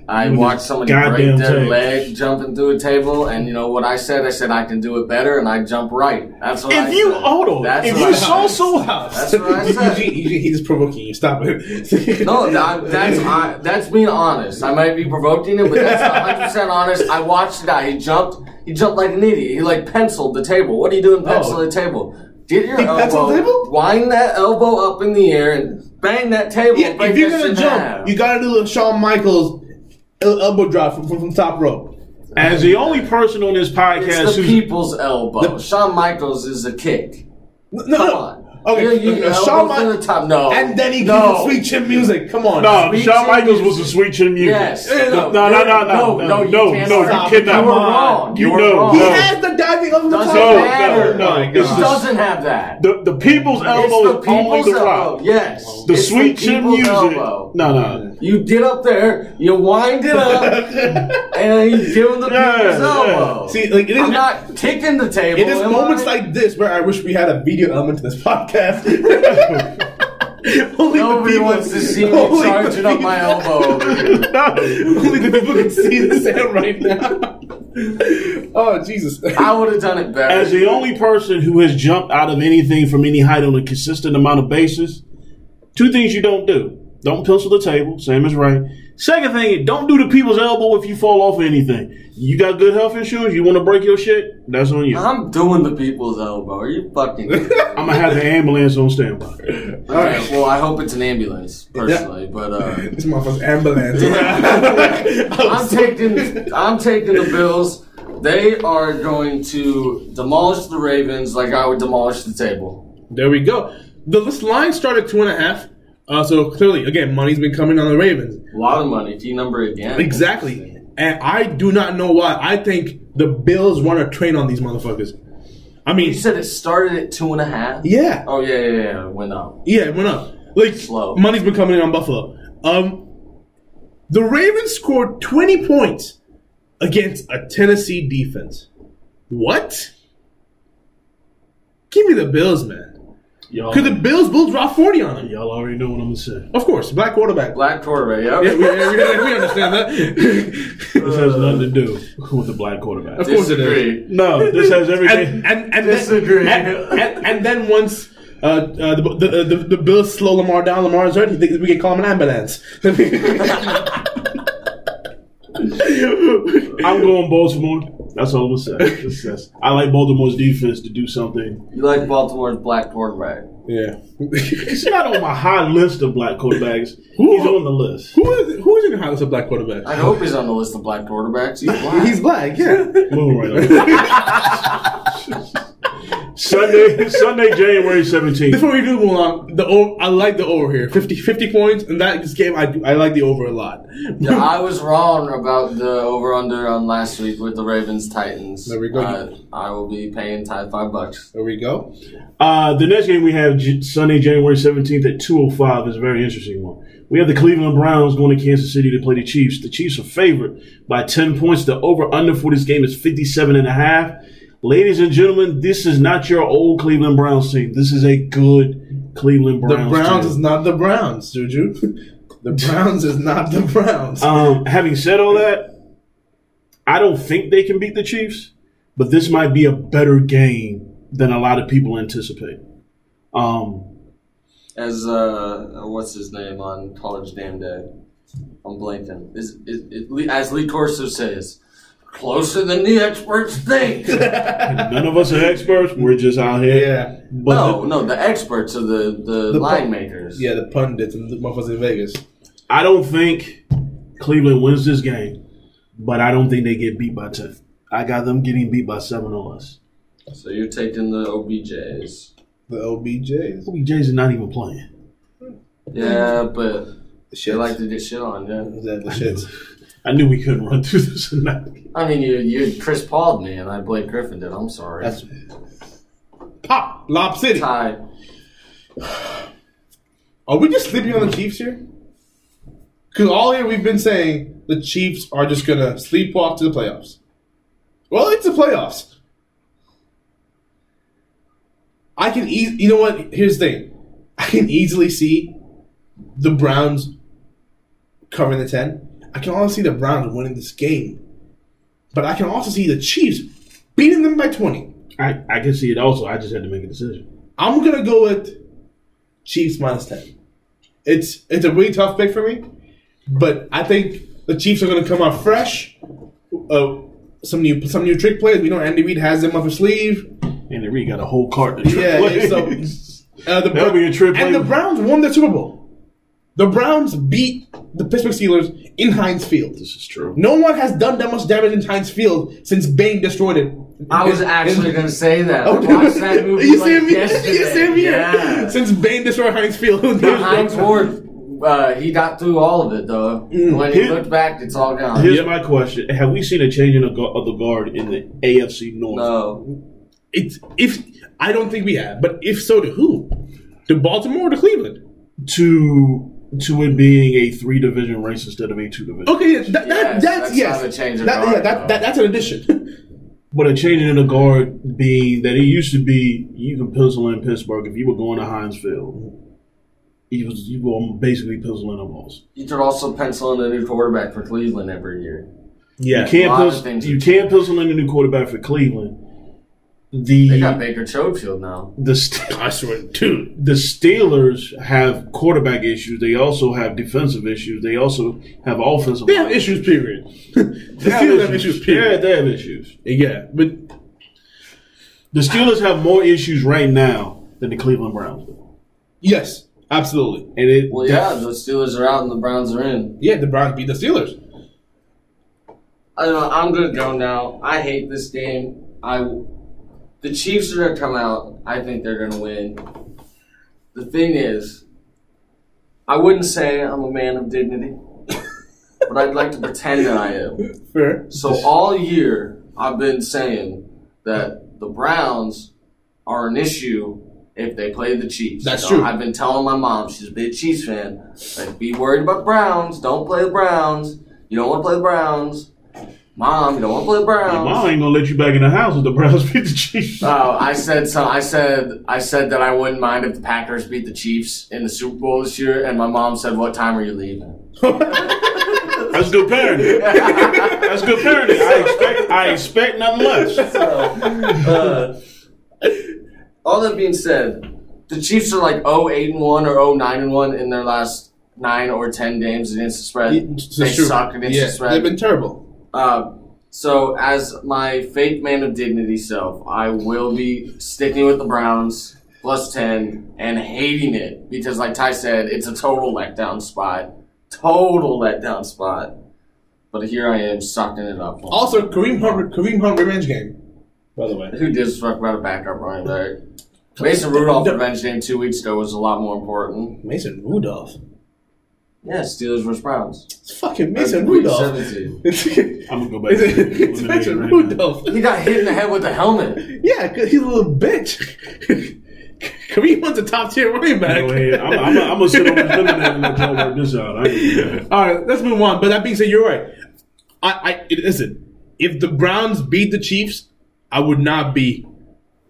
Speaker 3: I
Speaker 1: You
Speaker 3: watched
Speaker 1: just
Speaker 3: somebody
Speaker 1: goddamn
Speaker 3: break their
Speaker 1: tape.
Speaker 3: leg jumping through a table, and you know what I said? I said I can do it better, and I jump right. That's what I
Speaker 1: If you
Speaker 3: said.
Speaker 1: hold on,
Speaker 3: That's
Speaker 1: if
Speaker 3: what
Speaker 1: you
Speaker 3: I
Speaker 1: saw
Speaker 3: said.
Speaker 1: so
Speaker 3: That's what I said.
Speaker 2: Eugene, Eugene, he's provoking you. Stop it.
Speaker 3: No, that, that's hon- that's being honest. I might be provoking him, but that's 100 percent honest. I watched the guy. He jumped. He jumped like an idiot. He like penciled the table. What are you
Speaker 1: Oh.
Speaker 3: doing, penciling the table? Get your
Speaker 2: penciled the
Speaker 3: elbow,
Speaker 2: table?
Speaker 3: wind that elbow up in the air, and bang that table.
Speaker 2: Yeah,
Speaker 3: break
Speaker 2: if you're
Speaker 3: that
Speaker 2: gonna
Speaker 3: shit in
Speaker 2: jump,
Speaker 3: half.
Speaker 2: you gotta do a Shawn Michaels el- elbow drop from, from, from top rope.
Speaker 1: As the only person on this
Speaker 3: it's
Speaker 1: podcast
Speaker 3: the
Speaker 1: who's
Speaker 3: people's elbow. Shawn Michaels is a kick.
Speaker 2: No, no,
Speaker 3: Come
Speaker 2: no.
Speaker 3: on.
Speaker 2: Okay,
Speaker 3: You- you-
Speaker 2: uh,
Speaker 3: elbows
Speaker 2: Shawn
Speaker 3: to
Speaker 2: Mi-
Speaker 3: the top. No.
Speaker 2: And then he gives
Speaker 3: No.
Speaker 2: sweet chin music. Come on.
Speaker 1: No,
Speaker 3: Sweet
Speaker 1: Shawn
Speaker 3: chin
Speaker 1: Michaels was
Speaker 3: music.
Speaker 1: a sweet chin music.
Speaker 3: Yes.
Speaker 1: No, no, no, no, no, no,
Speaker 3: you
Speaker 1: no,
Speaker 3: can't
Speaker 1: no,
Speaker 3: stop.
Speaker 1: you cannot.
Speaker 3: You were wrong.
Speaker 1: You
Speaker 3: You were
Speaker 1: know,
Speaker 3: wrong.
Speaker 2: He
Speaker 1: no.
Speaker 2: has the diving over the
Speaker 3: Doesn't
Speaker 1: No, no,
Speaker 2: top.
Speaker 3: matter.
Speaker 1: no.
Speaker 2: Oh my
Speaker 3: It
Speaker 2: God.
Speaker 3: doesn't have that.
Speaker 1: The the people's elbow
Speaker 3: it's
Speaker 1: is
Speaker 3: the
Speaker 1: only
Speaker 3: people's
Speaker 1: the
Speaker 3: elbow.
Speaker 1: top.
Speaker 3: Yes.
Speaker 1: The
Speaker 3: It's
Speaker 1: sweet chin
Speaker 3: people's
Speaker 1: music.
Speaker 3: elbow.
Speaker 1: No, no.
Speaker 3: You get up there, you wind it up, and then you give him the
Speaker 1: Yeah,
Speaker 3: people's
Speaker 1: yeah.
Speaker 3: elbow.
Speaker 2: See, like it is,
Speaker 3: I'm not kicking the table.
Speaker 2: it is
Speaker 3: am
Speaker 2: moments
Speaker 3: I?
Speaker 2: like this where I wish we had a video element to this podcast. Only
Speaker 3: nobody
Speaker 2: people-
Speaker 3: wants to see me
Speaker 2: only the
Speaker 3: charging up my
Speaker 2: people-
Speaker 3: elbow. over here.
Speaker 2: Only the people can see the sound right now. oh Jesus!
Speaker 3: I would have done it better.
Speaker 1: As the only person who has jumped out of anything from any height on a consistent amount of basis, two things you don't do. Don't pencil the table, Sam is right. Second thing, don't do the people's elbow if you fall off of anything. You got good health insurance, you want to break your shit, that's on you. I'm
Speaker 3: I'm doing the people's elbow. Are you fucking? kidding me?
Speaker 1: going to have the ambulance on standby.
Speaker 3: Okay, Well, I hope it's an ambulance personally, but uh,
Speaker 2: This motherfucker's ambulance.
Speaker 3: I'm taking I'm taking the Bills. They are going to demolish the Ravens like I would demolish the table.
Speaker 2: There we go. The this line started two and a half. Uh, so clearly, again, money's been coming on the Ravens.
Speaker 3: A lot of money. Key number again.
Speaker 2: Exactly. and I do not know why. I think the Bills run a train on these motherfuckers. I mean,
Speaker 3: You said it started at two and a half.
Speaker 2: yeah,
Speaker 3: Oh yeah, yeah, yeah. It went up.
Speaker 2: yeah, it went up. Like
Speaker 3: Slow.
Speaker 2: money's been coming in on Buffalo. Um, the Ravens scored twenty points against a Tennessee defense. What? Give me the Bills, man.
Speaker 1: Y'all,
Speaker 2: Could the Bills Bills drop forty on them?
Speaker 1: y'all already know what I'm gonna say.
Speaker 2: Of course, black quarterback.
Speaker 3: Black quarterback. Yep.
Speaker 2: Yeah, we, yeah, we, we understand that.
Speaker 1: This has nothing to do with the black quarterback.
Speaker 2: Of course it is.
Speaker 3: Disagree.
Speaker 1: No, this has everything.
Speaker 2: and and and
Speaker 3: Disagree.
Speaker 2: Then, and, and, and then once. Uh, uh, the, the, the the Bills slow Lamar down. Lamar's hurt. He thinks we can call him an ambulance.
Speaker 1: I'm going Baltimore. That's all I'm gonna say. That's- that's- I like Baltimore's defense to do something.
Speaker 3: You like Baltimore's black quarterback?
Speaker 2: yeah.
Speaker 1: It's not on my high list of black quarterbacks.
Speaker 2: Who-
Speaker 1: He's on the list.
Speaker 2: who is who is in the house of black quarterback?
Speaker 3: I hope he's on the list of black quarterbacks. He's black.
Speaker 2: He's black. Yeah.
Speaker 1: Moving right on. Sunday, Sunday, January 17th.
Speaker 2: Before we do move on, the o- I like the over here. 50, 50 points in that game. I do, I like the over a lot.
Speaker 3: I was wrong about the over under on last week with the Ravens Titans.
Speaker 2: There we go.
Speaker 3: Uh, I will be paying Ty five bucks.
Speaker 2: There we go.
Speaker 1: Uh, the next game we have J- Sunday, January 17th at 2.05 is a very interesting one. We have the Cleveland Browns going to Kansas City to play the Chiefs. The Chiefs are favored by 10 points. The over-under for this game is 57 and a half. Ladies and gentlemen, this is not your old Cleveland Browns team. This is a good Cleveland
Speaker 2: The
Speaker 1: Browns,
Speaker 2: Browns
Speaker 1: team.
Speaker 2: is not the Browns, Juju. The Browns is not the Browns.
Speaker 1: Um, having said all that, I don't think they can beat the Chiefs, but this might be a better game than a lot of people anticipate. Um,
Speaker 3: As uh, what's his name on College Damn Day? I'm blanking. Is, is, is, as Lee Corso says, closer than the experts think.
Speaker 2: Uh,
Speaker 1: none of us are experts. We're just out here.
Speaker 2: Yeah.
Speaker 1: But
Speaker 3: no, no, the experts are the the,
Speaker 2: The
Speaker 3: line
Speaker 2: pu-
Speaker 3: makers.
Speaker 2: Yeah, the pundits and the motherfuckers in Vegas.
Speaker 1: I don't think Cleveland wins this game, but I don't think they get beat by 10. I got them getting beat by 7 or less.
Speaker 3: So you're taking the OBJs.
Speaker 2: The OBJs.
Speaker 1: Kobe Jays are not even playing.
Speaker 3: Yeah, but
Speaker 2: The
Speaker 3: they
Speaker 2: shit.
Speaker 3: like to get shit on. Yeah.
Speaker 2: the shits.
Speaker 1: I knew we couldn't run through this tonight.
Speaker 3: I mean, you you Chris Pauled me, and I Blake Griffin did. I'm sorry.
Speaker 2: That's Pop Lob City.
Speaker 3: Ty.
Speaker 2: Are we just sleeping on the Chiefs here? Because all year we've been saying the Chiefs are just gonna sleepwalk to the playoffs. Well, it's the playoffs. I can eas You know what? Here's the thing. I can easily see the Browns covering the ten. I can also see the Browns winning this game, but I can also see the Chiefs beating them by twenty.
Speaker 1: I, I can see it also. I just had to make a decision.
Speaker 2: I'm gonna go with Chiefs minus ten. It's it's a really tough pick for me, but I think the Chiefs are gonna come out fresh. Uh, some new some new trick plays. We know Andy Reid has them up his sleeve.
Speaker 1: And they really got a whole cart to
Speaker 2: Yeah, yeah, so- Uh, the
Speaker 1: That'll
Speaker 2: Brown-
Speaker 1: be a trip play.
Speaker 2: And the Browns won the Super Bowl. The Browns beat the Pittsburgh Steelers in Heinz Field.
Speaker 1: This is true.
Speaker 2: No one has done that much damage in Heinz Field since Bane destroyed it.
Speaker 3: I was actually going to say that. I watched that movie
Speaker 2: Oh, you see
Speaker 3: like
Speaker 2: him here?
Speaker 3: yesterday.
Speaker 2: You see him here?
Speaker 3: Yeah.
Speaker 2: Since Bane destroyed Heinz Field.
Speaker 3: Heinz Ward, uh, he got through all of it, though.
Speaker 2: Mm.
Speaker 3: When he
Speaker 1: Here-
Speaker 3: looked back, it's all gone.
Speaker 1: Here's my question: Have we seen a change in the gu- of the guard in the AFC North?
Speaker 3: no.
Speaker 2: It's if I don't think we have, but if so, to who? To Baltimore or to Cleveland?
Speaker 1: To to it being a three division race instead of a two division,
Speaker 2: Okay, yeah, that, that, that's,
Speaker 3: Yes, that's
Speaker 2: yes.
Speaker 3: not a change of
Speaker 2: that,
Speaker 3: guard,
Speaker 2: yeah, that,
Speaker 3: though.
Speaker 2: that, that's an addition.
Speaker 1: but a change in the guard being that it used to be you can pencil in Pittsburgh if you were going to Heinz Field, you was you were basically penciling up balls.
Speaker 3: You could also pencil in a new quarterback for Cleveland every year.
Speaker 2: yeah,
Speaker 1: You can't
Speaker 3: A lot of
Speaker 1: pencil,
Speaker 3: things
Speaker 1: you
Speaker 3: have
Speaker 1: can't pencil in a new quarterback for Cleveland.
Speaker 3: They got
Speaker 1: The
Speaker 3: Baker Chofield now.
Speaker 1: the st-
Speaker 2: I swear, dude.
Speaker 1: the Steelers have quarterback issues. They also have defensive issues. They also have offensive.
Speaker 2: They have
Speaker 1: line-
Speaker 2: issues. Period. the
Speaker 1: They have
Speaker 2: Steelers have issues.
Speaker 1: Yeah,
Speaker 2: Period.
Speaker 1: they have issues.
Speaker 2: Yeah, but
Speaker 1: The Steelers have more issues right now than the Cleveland Browns, do.
Speaker 2: yes, absolutely.
Speaker 1: and it
Speaker 3: Well, yeah, the Steelers are out and the Browns are in.
Speaker 2: Yeah, the Browns beat the Steelers.
Speaker 3: I don't know, I'm gonna go now. I hate this game. I the Chiefs are gonna come out. I think they're gonna win. The thing is, I wouldn't say I'm a man of dignity, but I'd like to pretend that I am.
Speaker 2: Fair.
Speaker 3: So all year, I've been saying that the Browns are an issue if they play the Chiefs.
Speaker 2: That's
Speaker 3: You know,
Speaker 2: true.
Speaker 3: I've been telling my mom, she's a big Chiefs fan, like, be worried about the Browns. Don't play the Browns. You don't want to play the Browns. Mom, you don't want to play the
Speaker 1: Your
Speaker 3: Browns.
Speaker 1: mom ain't gonna let you back in the house if the Browns beat the Chiefs.
Speaker 3: Oh, I said so. I said I said that I wouldn't mind if the Packers beat the Chiefs in the Super Bowl this year, and my mom said, "What time are you leaving?"
Speaker 1: That's good parenting. That's good parenting. I expect I expect nothing less.
Speaker 3: So, uh, all that being said, the Chiefs are like 0-8 and one or 0-9 and one in their last nine or ten games against the spread. they suck against
Speaker 2: Yeah,
Speaker 3: the spread.
Speaker 2: They've been terrible.
Speaker 3: Uh, so, as my fake man of dignity self, I will be sticking with the Browns plus 10 and hating it because, like Ty said, it's a total letdown spot. Total letdown spot. But here I am sucking it up.
Speaker 2: Also, Kareem Hunt, Kareem Hunt revenge game. By the way,
Speaker 3: Who gives a fuck about a backup running back? Mason Rudolph revenge game two weeks ago was a lot more important.
Speaker 2: Mason Rudolph.
Speaker 3: Yeah, Steelers versus Browns.
Speaker 2: It's fucking Mason
Speaker 3: Week
Speaker 2: Rudolph.
Speaker 3: 17.
Speaker 1: I'm gonna go back. to
Speaker 2: it's
Speaker 1: eliminate
Speaker 2: Mason
Speaker 1: right now.
Speaker 2: Rudolph.
Speaker 3: He got hit in the head with a helmet.
Speaker 2: Yeah, 'cause he's a little bitch. Kareem Hunt's a top tier running back.
Speaker 1: Go ahead. I'm, I'm, I'm gonna sit on this lemonade and let y'all work this out. I ain't gonna do that.
Speaker 2: All right, let's move on. But that being said, you're right. I, I it, listen. If the Browns beat the Chiefs, I would not be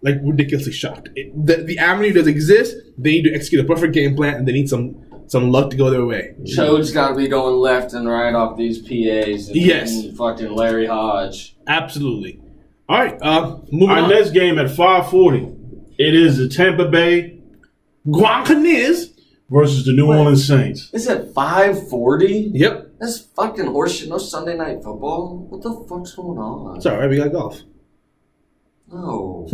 Speaker 2: like ridiculously shocked. It, the, the avenue does exist. They need to execute a perfect game plan, and they need some some luck to go their way.
Speaker 3: Chode's got to be going left and right off these PAs. And
Speaker 2: Yes.
Speaker 3: and fucking Larry Hodge.
Speaker 2: Absolutely. All right, uh, moving
Speaker 1: Our
Speaker 2: on.
Speaker 1: next game at 5:40. It is the Tampa Bay
Speaker 2: Guancanes.
Speaker 1: versus the New Orleans Saints.
Speaker 3: Is it 540?
Speaker 2: Yep.
Speaker 3: That's fucking horseshit. No Sunday night football. What the fuck's going on?
Speaker 2: It's all right. We got golf.
Speaker 3: No.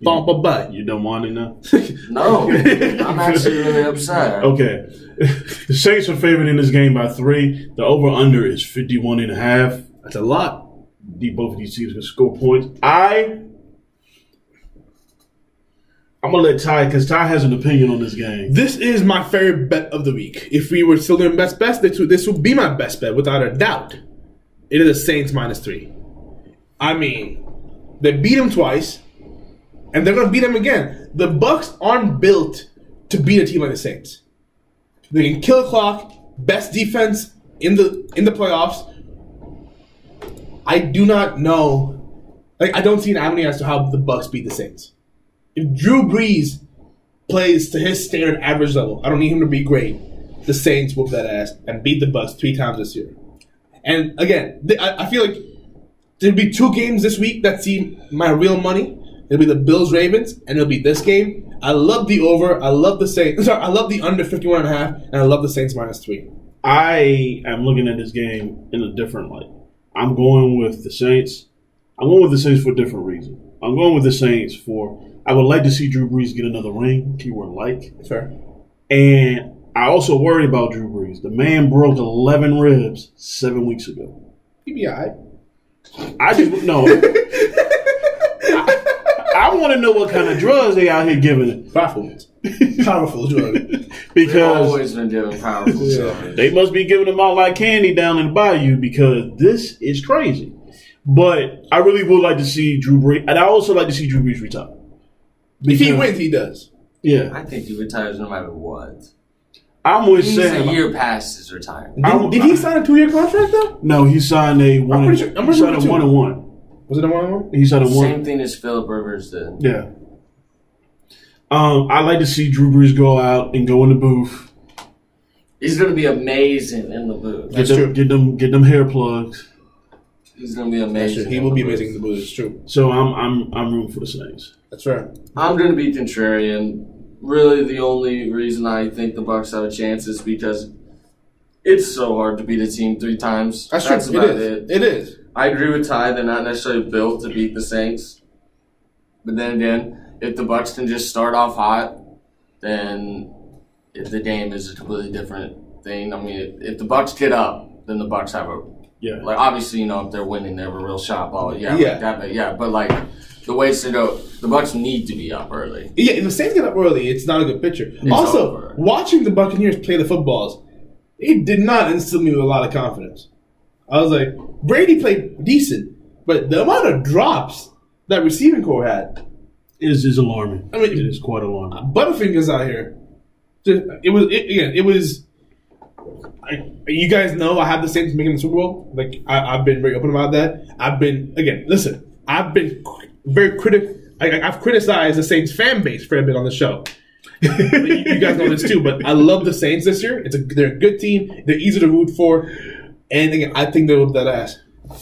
Speaker 2: Bump a butt.
Speaker 1: You done want it now?
Speaker 3: No. I'm actually really upset.
Speaker 1: Okay. the Saints are favored in this game by three. The over under is 51 and a half.
Speaker 2: That's a lot.
Speaker 1: The- Both of these teams can score points. I. I'm gonna let Ty because Ty has an opinion on this game.
Speaker 2: This is my favorite bet of the week. If we were still doing best best, this would, this would be my best bet without a doubt. It is a Saints minus three. I mean, they beat them twice, and they're gonna beat them again. The Bucks aren't built to beat a team like the Saints. They can kill the clock, best defense in the in the playoffs. I do not know, like I don't see an avenue as to how the Bucks beat the Saints. If Drew Brees plays to his standard average level. I don't need him to be great. The Saints whoop that ass and beat the Bucks three times this year. And again, th- I, I feel like there'll be two games this week that see my real money. It'll be the Bills Ravens, and it'll be this game. I love the over. I love the Saints. Sorry, I love the under 51 and a half, and I love the Saints minus three.
Speaker 1: I am looking at this game in a different light. I'm going with the Saints. I'm going with the Saints for a different reason. I'm going with the Saints for I would like to see Drew Brees get another ring. Keyword like.
Speaker 2: Fair.
Speaker 1: And I also worry about Drew Brees. The man broke 11 ribs seven weeks ago.
Speaker 2: PBI.
Speaker 1: I just no. I, want to know what kind of drugs they out here giving it
Speaker 2: Powerful. Powerful drug.
Speaker 3: They've
Speaker 1: because
Speaker 3: always been giving powerful stuff.
Speaker 1: they must be giving them out like candy down in the bayou because this is crazy. But I really would like to see Drew Brees, and I also like to see Drew Brees retire.
Speaker 2: If he
Speaker 1: Because-
Speaker 2: wins, he does.
Speaker 1: yeah,
Speaker 3: I think he retires no matter what.
Speaker 1: I'm with
Speaker 3: He's a
Speaker 1: Sam.
Speaker 3: year past his retirement.
Speaker 1: I
Speaker 2: Did,
Speaker 1: would-
Speaker 2: did he sign a two-year contract though?
Speaker 1: No, he signed a one.
Speaker 2: pretty sure- I'm pretty
Speaker 1: he
Speaker 2: sure
Speaker 1: signed
Speaker 2: two.
Speaker 1: a one and one.
Speaker 2: Was it a one-on-one?
Speaker 1: He signed a one.
Speaker 3: Same thing as Philip Rivers did.
Speaker 1: Yeah. Um, I like to see Drew Brees go out and go in the booth,
Speaker 3: He's going to be amazing in the booth.
Speaker 1: get
Speaker 2: That's true.
Speaker 1: them, get them, get them hair plugs.
Speaker 3: He's going to be amazing.
Speaker 2: He
Speaker 3: in
Speaker 2: will
Speaker 3: the
Speaker 2: be
Speaker 3: booth.
Speaker 2: amazing in the Blues. It's true.
Speaker 1: So I'm, I'm, I'm rooting for the Saints.
Speaker 2: That's right.
Speaker 3: I'm going to be contrarian. Really, the only reason I think the Bucks have a chance is because it's so hard to beat a team three times.
Speaker 2: That's, true.
Speaker 3: about
Speaker 2: It
Speaker 3: it.
Speaker 2: is. It is.
Speaker 3: I agree with Ty. They're not necessarily built to beat the Saints, but then again, if the Bucks can just start off hot, then if the game is a completely different thing. I mean, if, if the Bucks get up, then the Bucks have a
Speaker 1: Yeah.
Speaker 3: like obviously, you know, if they're winning, they have a real shot. Blah, blah, yeah,
Speaker 2: Yeah.
Speaker 3: yeah, that, but yeah, but like the ways to go, the Bucks need to be up early.
Speaker 2: Yeah, if the Saints get up early, it's not a good picture. also,
Speaker 3: over.
Speaker 2: watching the Buccaneers play the footballs, it did not instill me with a lot of confidence. I was like, Brady played decent, but the amount of drops that receiving core had,
Speaker 1: is is alarming.
Speaker 2: I mean-
Speaker 1: it is quite alarming.
Speaker 2: Butterfingers out here. Just- It was it, again. It was. I, you guys know I have the Saints making the Super Bowl. Like I, I've been very open about that. I've been again. Listen, I've been cr- very critic. I, I- I've criticized the Saints fan base for a bit on the show. you, you guys know this too, but I love the Saints this year. It's a they're a good team. They're easy to root for, and again, I think they'll whip that ass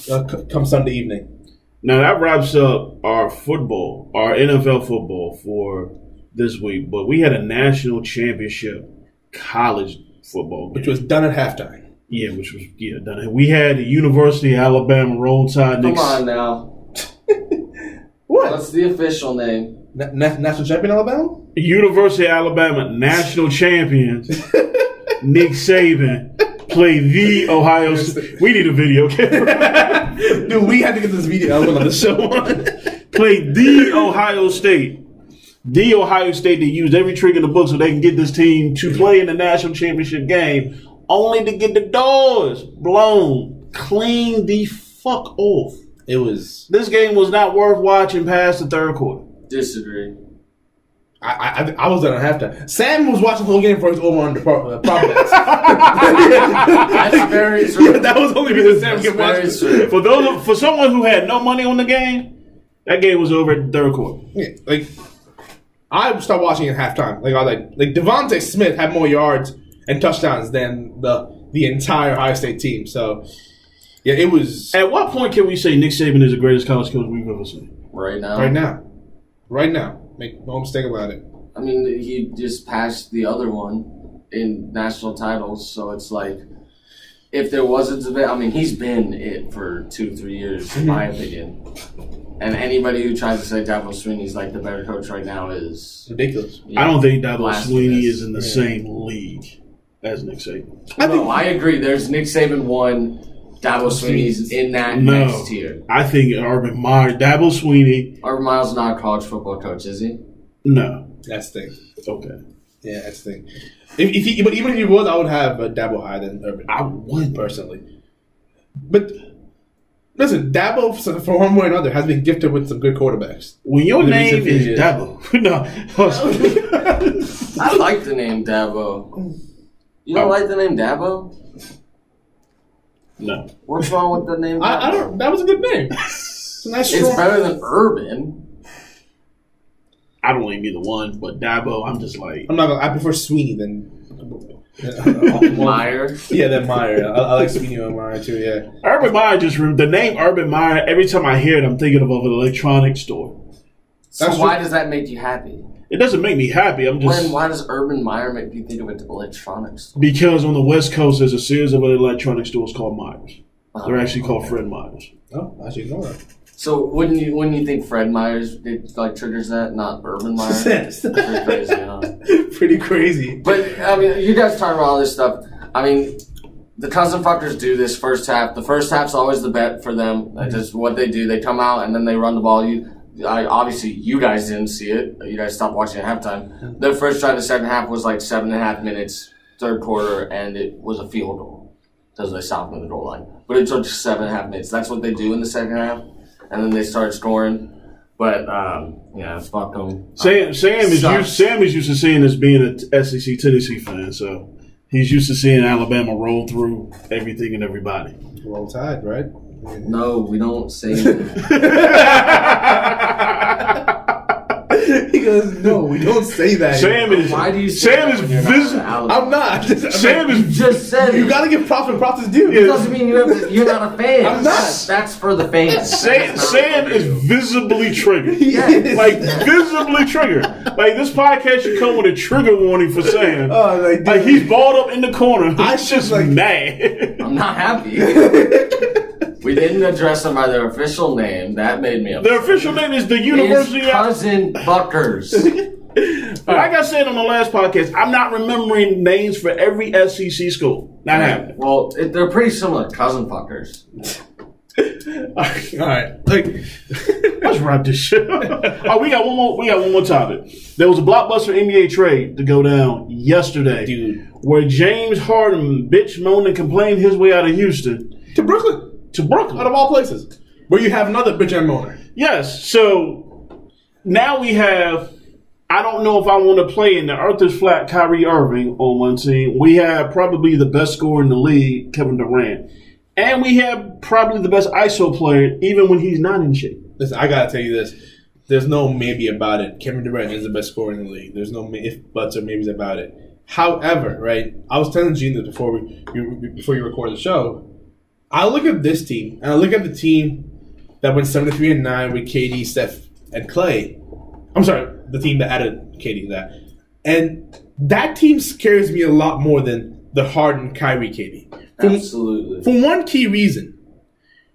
Speaker 2: uh, c- come Sunday evening.
Speaker 1: Now that wraps up our football, our NFL football for this week. But we had a national championship college football game.
Speaker 2: It was done at halftime.
Speaker 1: Yeah, which was yeah done. We had the University of Alabama Roll Tide.
Speaker 3: Come
Speaker 1: Knicks.
Speaker 3: on now.
Speaker 2: What?
Speaker 3: What's the official name?
Speaker 2: Na- na- national champion Alabama?
Speaker 1: University of Alabama national champions Nick Saban play the Ohio State. We need a video camera.
Speaker 2: Dude, we had to get this video element on the show on.
Speaker 1: play the Ohio State. The Ohio State that used every trick in the book so they can get this team to play in the national championship game, only to get the doors blown clean the fuck off.
Speaker 2: it was.
Speaker 1: This game was not worth watching past the third quarter.
Speaker 3: Disagree.
Speaker 2: I, I, I- I was done at halftime. Sam was watching the whole game for his over under prop uh, prop bets.
Speaker 3: That's very true.
Speaker 2: that was only because Sam
Speaker 3: That's
Speaker 2: could watch.
Speaker 3: very true.
Speaker 1: For those, for someone who had no money on the game, that game was over at the third quarter.
Speaker 2: Yeah, like, I would start watching at halftime. Like I was like, like Devontae Smith had more yards and touchdowns than the the entire Ohio State team. So, yeah, it was
Speaker 1: At what point can we say Nick Saban is the greatest college coach we've ever seen?
Speaker 3: Right now.
Speaker 2: right now, right now. Make no mistake about it.
Speaker 3: I mean, he just passed the other one in national titles, so it's like if there was a debate, I mean, he's been it for two, three years, in my opinion. And anybody who tries to say Dabo Sweeney's like the better coach right now is.
Speaker 2: It's ridiculous.
Speaker 1: I don't think Dabo
Speaker 3: Blasphemous.
Speaker 1: Sweeney is in the same league as Nick Saban.
Speaker 2: I
Speaker 3: No,
Speaker 2: think
Speaker 3: I agree. There's Nick Saban one, Dabo Sweeney's in that
Speaker 1: No,
Speaker 3: next tier.
Speaker 1: I think Urban Meyer, Dabo Sweeney,
Speaker 3: Urban Miles not a college football coach, is he?
Speaker 1: no.
Speaker 2: that's the thing.
Speaker 1: Okay,
Speaker 2: Yeah, that's the thing. If, if he, but even if he was, I would have uh, Dabo higher than Urban.
Speaker 1: I would.
Speaker 2: personally. But listen, Dabo for- for one way or another has been gifted with some good quarterbacks.
Speaker 1: When your
Speaker 2: The
Speaker 1: name
Speaker 2: reason
Speaker 1: is
Speaker 2: is-
Speaker 1: Dabo, no,
Speaker 3: I like the name Dabo. You
Speaker 2: Oh.
Speaker 3: don't like the name Dabo?
Speaker 1: no.
Speaker 3: What's wrong with the name Dabo?
Speaker 2: I, I don't. That was a good name. It's a nice
Speaker 3: It's
Speaker 2: strong-
Speaker 3: better than Urban.
Speaker 1: I don't like either one, but Dabo, I'm just like
Speaker 2: I'm not. Gonna, I prefer Sweeney than. than-
Speaker 3: Meyer.
Speaker 2: Yeah, than Meyer. I, I like Sweeney and Meyer too. Yeah.
Speaker 1: Urban Meyer. Just rem- the name Urban Meyer. Every time I hear it, I'm thinking of an electronics store.
Speaker 3: So
Speaker 2: That's
Speaker 3: why
Speaker 2: true.
Speaker 3: does that make you happy?
Speaker 1: It doesn't make me happy. I'm just
Speaker 3: When why does Urban Meyer make you think of an electronics store?
Speaker 1: Because on the West Coast, there's a series of electronic stores called Myers. They're
Speaker 3: Oh.
Speaker 1: actually called Fred Myers.
Speaker 2: No, Oh, I should ignore that.
Speaker 3: So wouldn't you wouldn't you think Fred Myers did, like triggers that, not Urban Meyer?
Speaker 2: Yes.
Speaker 3: Pretty crazy, huh?
Speaker 2: Pretty crazy.
Speaker 3: But I mean, you guys talking about all this stuff. I mean, the cousin fuckers do this first half. The first half's always the bet for them. That's just what they do. They come out and then they run the ball. You, I, obviously, you guys didn't see it. You guys stopped watching at halftime. Their first drive, the second half was like seven and a half minutes, third quarter, and it was a field goal because they stopped on the goal line. But it took just seven and a half minutes. That's what they do in the second half, and then they started scoring. But um, yeah, fuck them.
Speaker 1: Sam Sam is
Speaker 3: Sucks.
Speaker 1: used, Sam is used to seeing us being a SEC Tennessee fan, so he's used to seeing Alabama roll through everything and everybody.
Speaker 2: Roll Tide, right?
Speaker 3: No, we don't say. that.
Speaker 2: he goes, no, we don't say that.
Speaker 1: Sam is
Speaker 3: Why do you say
Speaker 1: Sam
Speaker 3: that
Speaker 1: is
Speaker 3: when you're not
Speaker 1: vis-
Speaker 3: an Alabama?
Speaker 2: I'm not.
Speaker 1: Sam is
Speaker 3: just said
Speaker 2: You
Speaker 3: it.
Speaker 2: gotta give props when props is due.
Speaker 1: Yeah.
Speaker 3: doesn't mean you have to, you're not a fan.
Speaker 2: I'm not.
Speaker 3: That's, that's for the fans.
Speaker 1: Sam,
Speaker 3: That's not
Speaker 1: Sam
Speaker 3: for
Speaker 1: is
Speaker 3: you.
Speaker 1: visibly triggered.
Speaker 2: Yes.
Speaker 1: Like visibly triggered. Like this podcast should come with a trigger warning for Sam.
Speaker 2: Oh, like, dude.
Speaker 1: like he's balled up in the corner.
Speaker 2: I
Speaker 1: He's just
Speaker 2: should, like-
Speaker 1: mad.
Speaker 3: I'm not happy. we didn't address them by their official name. That made me upset.
Speaker 1: Their official name is the
Speaker 3: His
Speaker 1: University. of
Speaker 3: cousin Buckers.
Speaker 1: Like I said on the last podcast, I'm not remembering names for every SEC school. Not happening.
Speaker 3: well, it, they're pretty similar. Cousin Fuckers.
Speaker 2: All right. Like,
Speaker 1: Let's wrap this shit. up. oh, we got one more. We got one more topic. There was a blockbuster NBA trade to go down yesterday,
Speaker 2: Dude.
Speaker 1: where James Harden bitch moaned and complained his way out of Houston,
Speaker 2: to Brooklyn,
Speaker 1: to Brooklyn.
Speaker 2: out of all places, where you have another bitch and owner.
Speaker 1: Yes. So now we have. I don't know if I want to play in the Earth is flat. Kyrie Irving on one team. We have probably the best scorer in the league, Kevin Durant, and we have probably the best ISO player, even when he's not in shape.
Speaker 2: Listen, I gotta tell you this. There's no maybe about it. Kevin Durant is the best scorer in the league. There's no ma- if buts or maybes about it. However, right, I was telling Gene this before we you- before you recorded the show. I look at this team and I look at the team that went seventy three and nine with KD, Steph, and Clay. I'm sorry, the team that added KD to that, and that team scares me a lot more than the Harden, Kyrie, KD. For,
Speaker 3: Absolutely.
Speaker 2: for one key reason,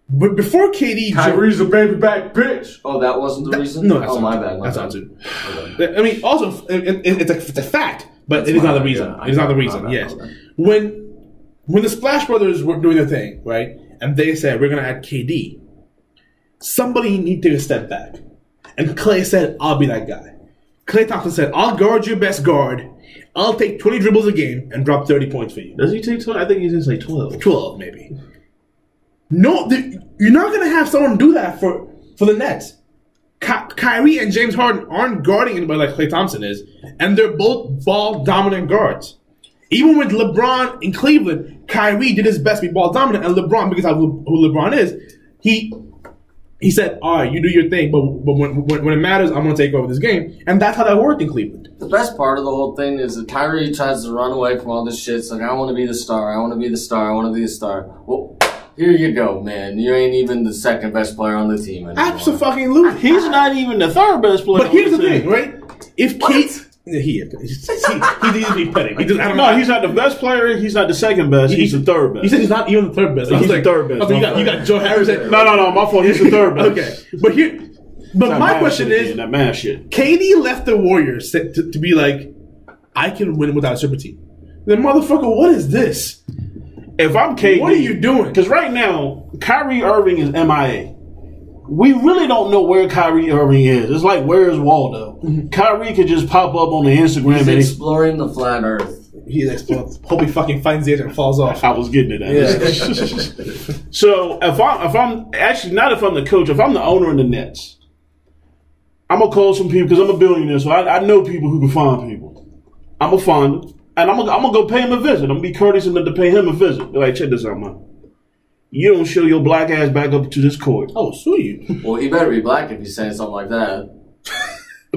Speaker 2: but before KD, jo-
Speaker 4: Kyrie's a baby back bitch.
Speaker 3: Oh, that wasn't the reason.
Speaker 2: no, that's
Speaker 3: oh
Speaker 2: not
Speaker 3: my
Speaker 2: true.
Speaker 3: bad. My
Speaker 2: That's
Speaker 3: bad.
Speaker 2: not true.
Speaker 3: Okay.
Speaker 2: I mean, also, it, it, it's, a, it's a fact, but
Speaker 3: That's
Speaker 2: it is
Speaker 3: my
Speaker 2: not the
Speaker 3: bad,
Speaker 2: reason.
Speaker 3: yeah. I
Speaker 2: it is not the
Speaker 3: know, my
Speaker 2: reason.
Speaker 3: bad,
Speaker 2: Yes,
Speaker 3: my bad.
Speaker 2: when when the Splash Brothers were doing their thing, right, and they said we're gonna add KD, somebody need to take a step back, and Clay said, "I'll be that guy." Clay Thompson said, "I'll guard your best guard. I'll take twenty dribbles a game and drop thirty points for you."
Speaker 1: Does he take twelve? I think he's just like twelve.
Speaker 2: 12 maybe. No, the, you're not going to have someone do that for, for the Nets. Ky- Kyrie and James Harden aren't guarding anybody like Clay Thompson is, and they're both ball dominant guards. Even with LeBron in Cleveland, Kyrie did his best to be ball dominant, and LeBron, because of who who LeBron is, he he said, "All right, you do your thing, but but when when, when it matters, I'm going to take over this game," and that's how that worked in Cleveland.
Speaker 3: The best part of the whole thing is that Kyrie tries to run away from all this shit. It's like, I want to be the star. I want to be the star. I want to be the star. Well, here you go, man. You ain't even the second best player on the team anymore.
Speaker 2: Absolutely,
Speaker 1: He's not even the third best player.
Speaker 2: But here's the
Speaker 1: team.
Speaker 2: thing, right? If Kate, he, he, he's he's being petty. He just, I don't know.
Speaker 1: No, he's not the best player. He's not the second best. He's the third best.
Speaker 2: He said he's not even the third best. I
Speaker 1: He's
Speaker 2: was
Speaker 1: the
Speaker 2: like-
Speaker 1: third best.
Speaker 2: I was like, you, got, you got Joe Harris. at-
Speaker 1: no, no, no. My fault. He's the third best.
Speaker 2: Okay, but here, but
Speaker 1: That
Speaker 2: my
Speaker 1: mad
Speaker 2: question
Speaker 1: shit,
Speaker 2: is,
Speaker 1: that mad shit.
Speaker 2: KD left the Warriors to, to, to be like, I can win without a super team. Then motherfucker, what is this?
Speaker 1: If I'm KD,
Speaker 2: What are you doing?
Speaker 1: Because right now, Kyrie Irving is MIA. We really don't know where Kyrie Irving is. It's like where is Waldo? Kyrie could just pop up on the Instagram
Speaker 3: He's
Speaker 1: and he's,
Speaker 3: exploring the flat earth.
Speaker 2: He's explodes. Hope he fucking finds it and falls off.
Speaker 1: I was getting to that. so if I'm if I'm actually not if I'm the coach, if I'm the owner in the Nets, I'm gonna call some people because I'm a billionaire, so I, I know people who can find people. I'm gonna find them, and I'm gonna I'm gonna go pay him a visit. I'm gonna be courteous enough to pay him a visit. Be Like check this out, man. You don't show your black ass back up to this court.
Speaker 2: Oh, sue you.
Speaker 3: Well, he better be black if he's saying something like that.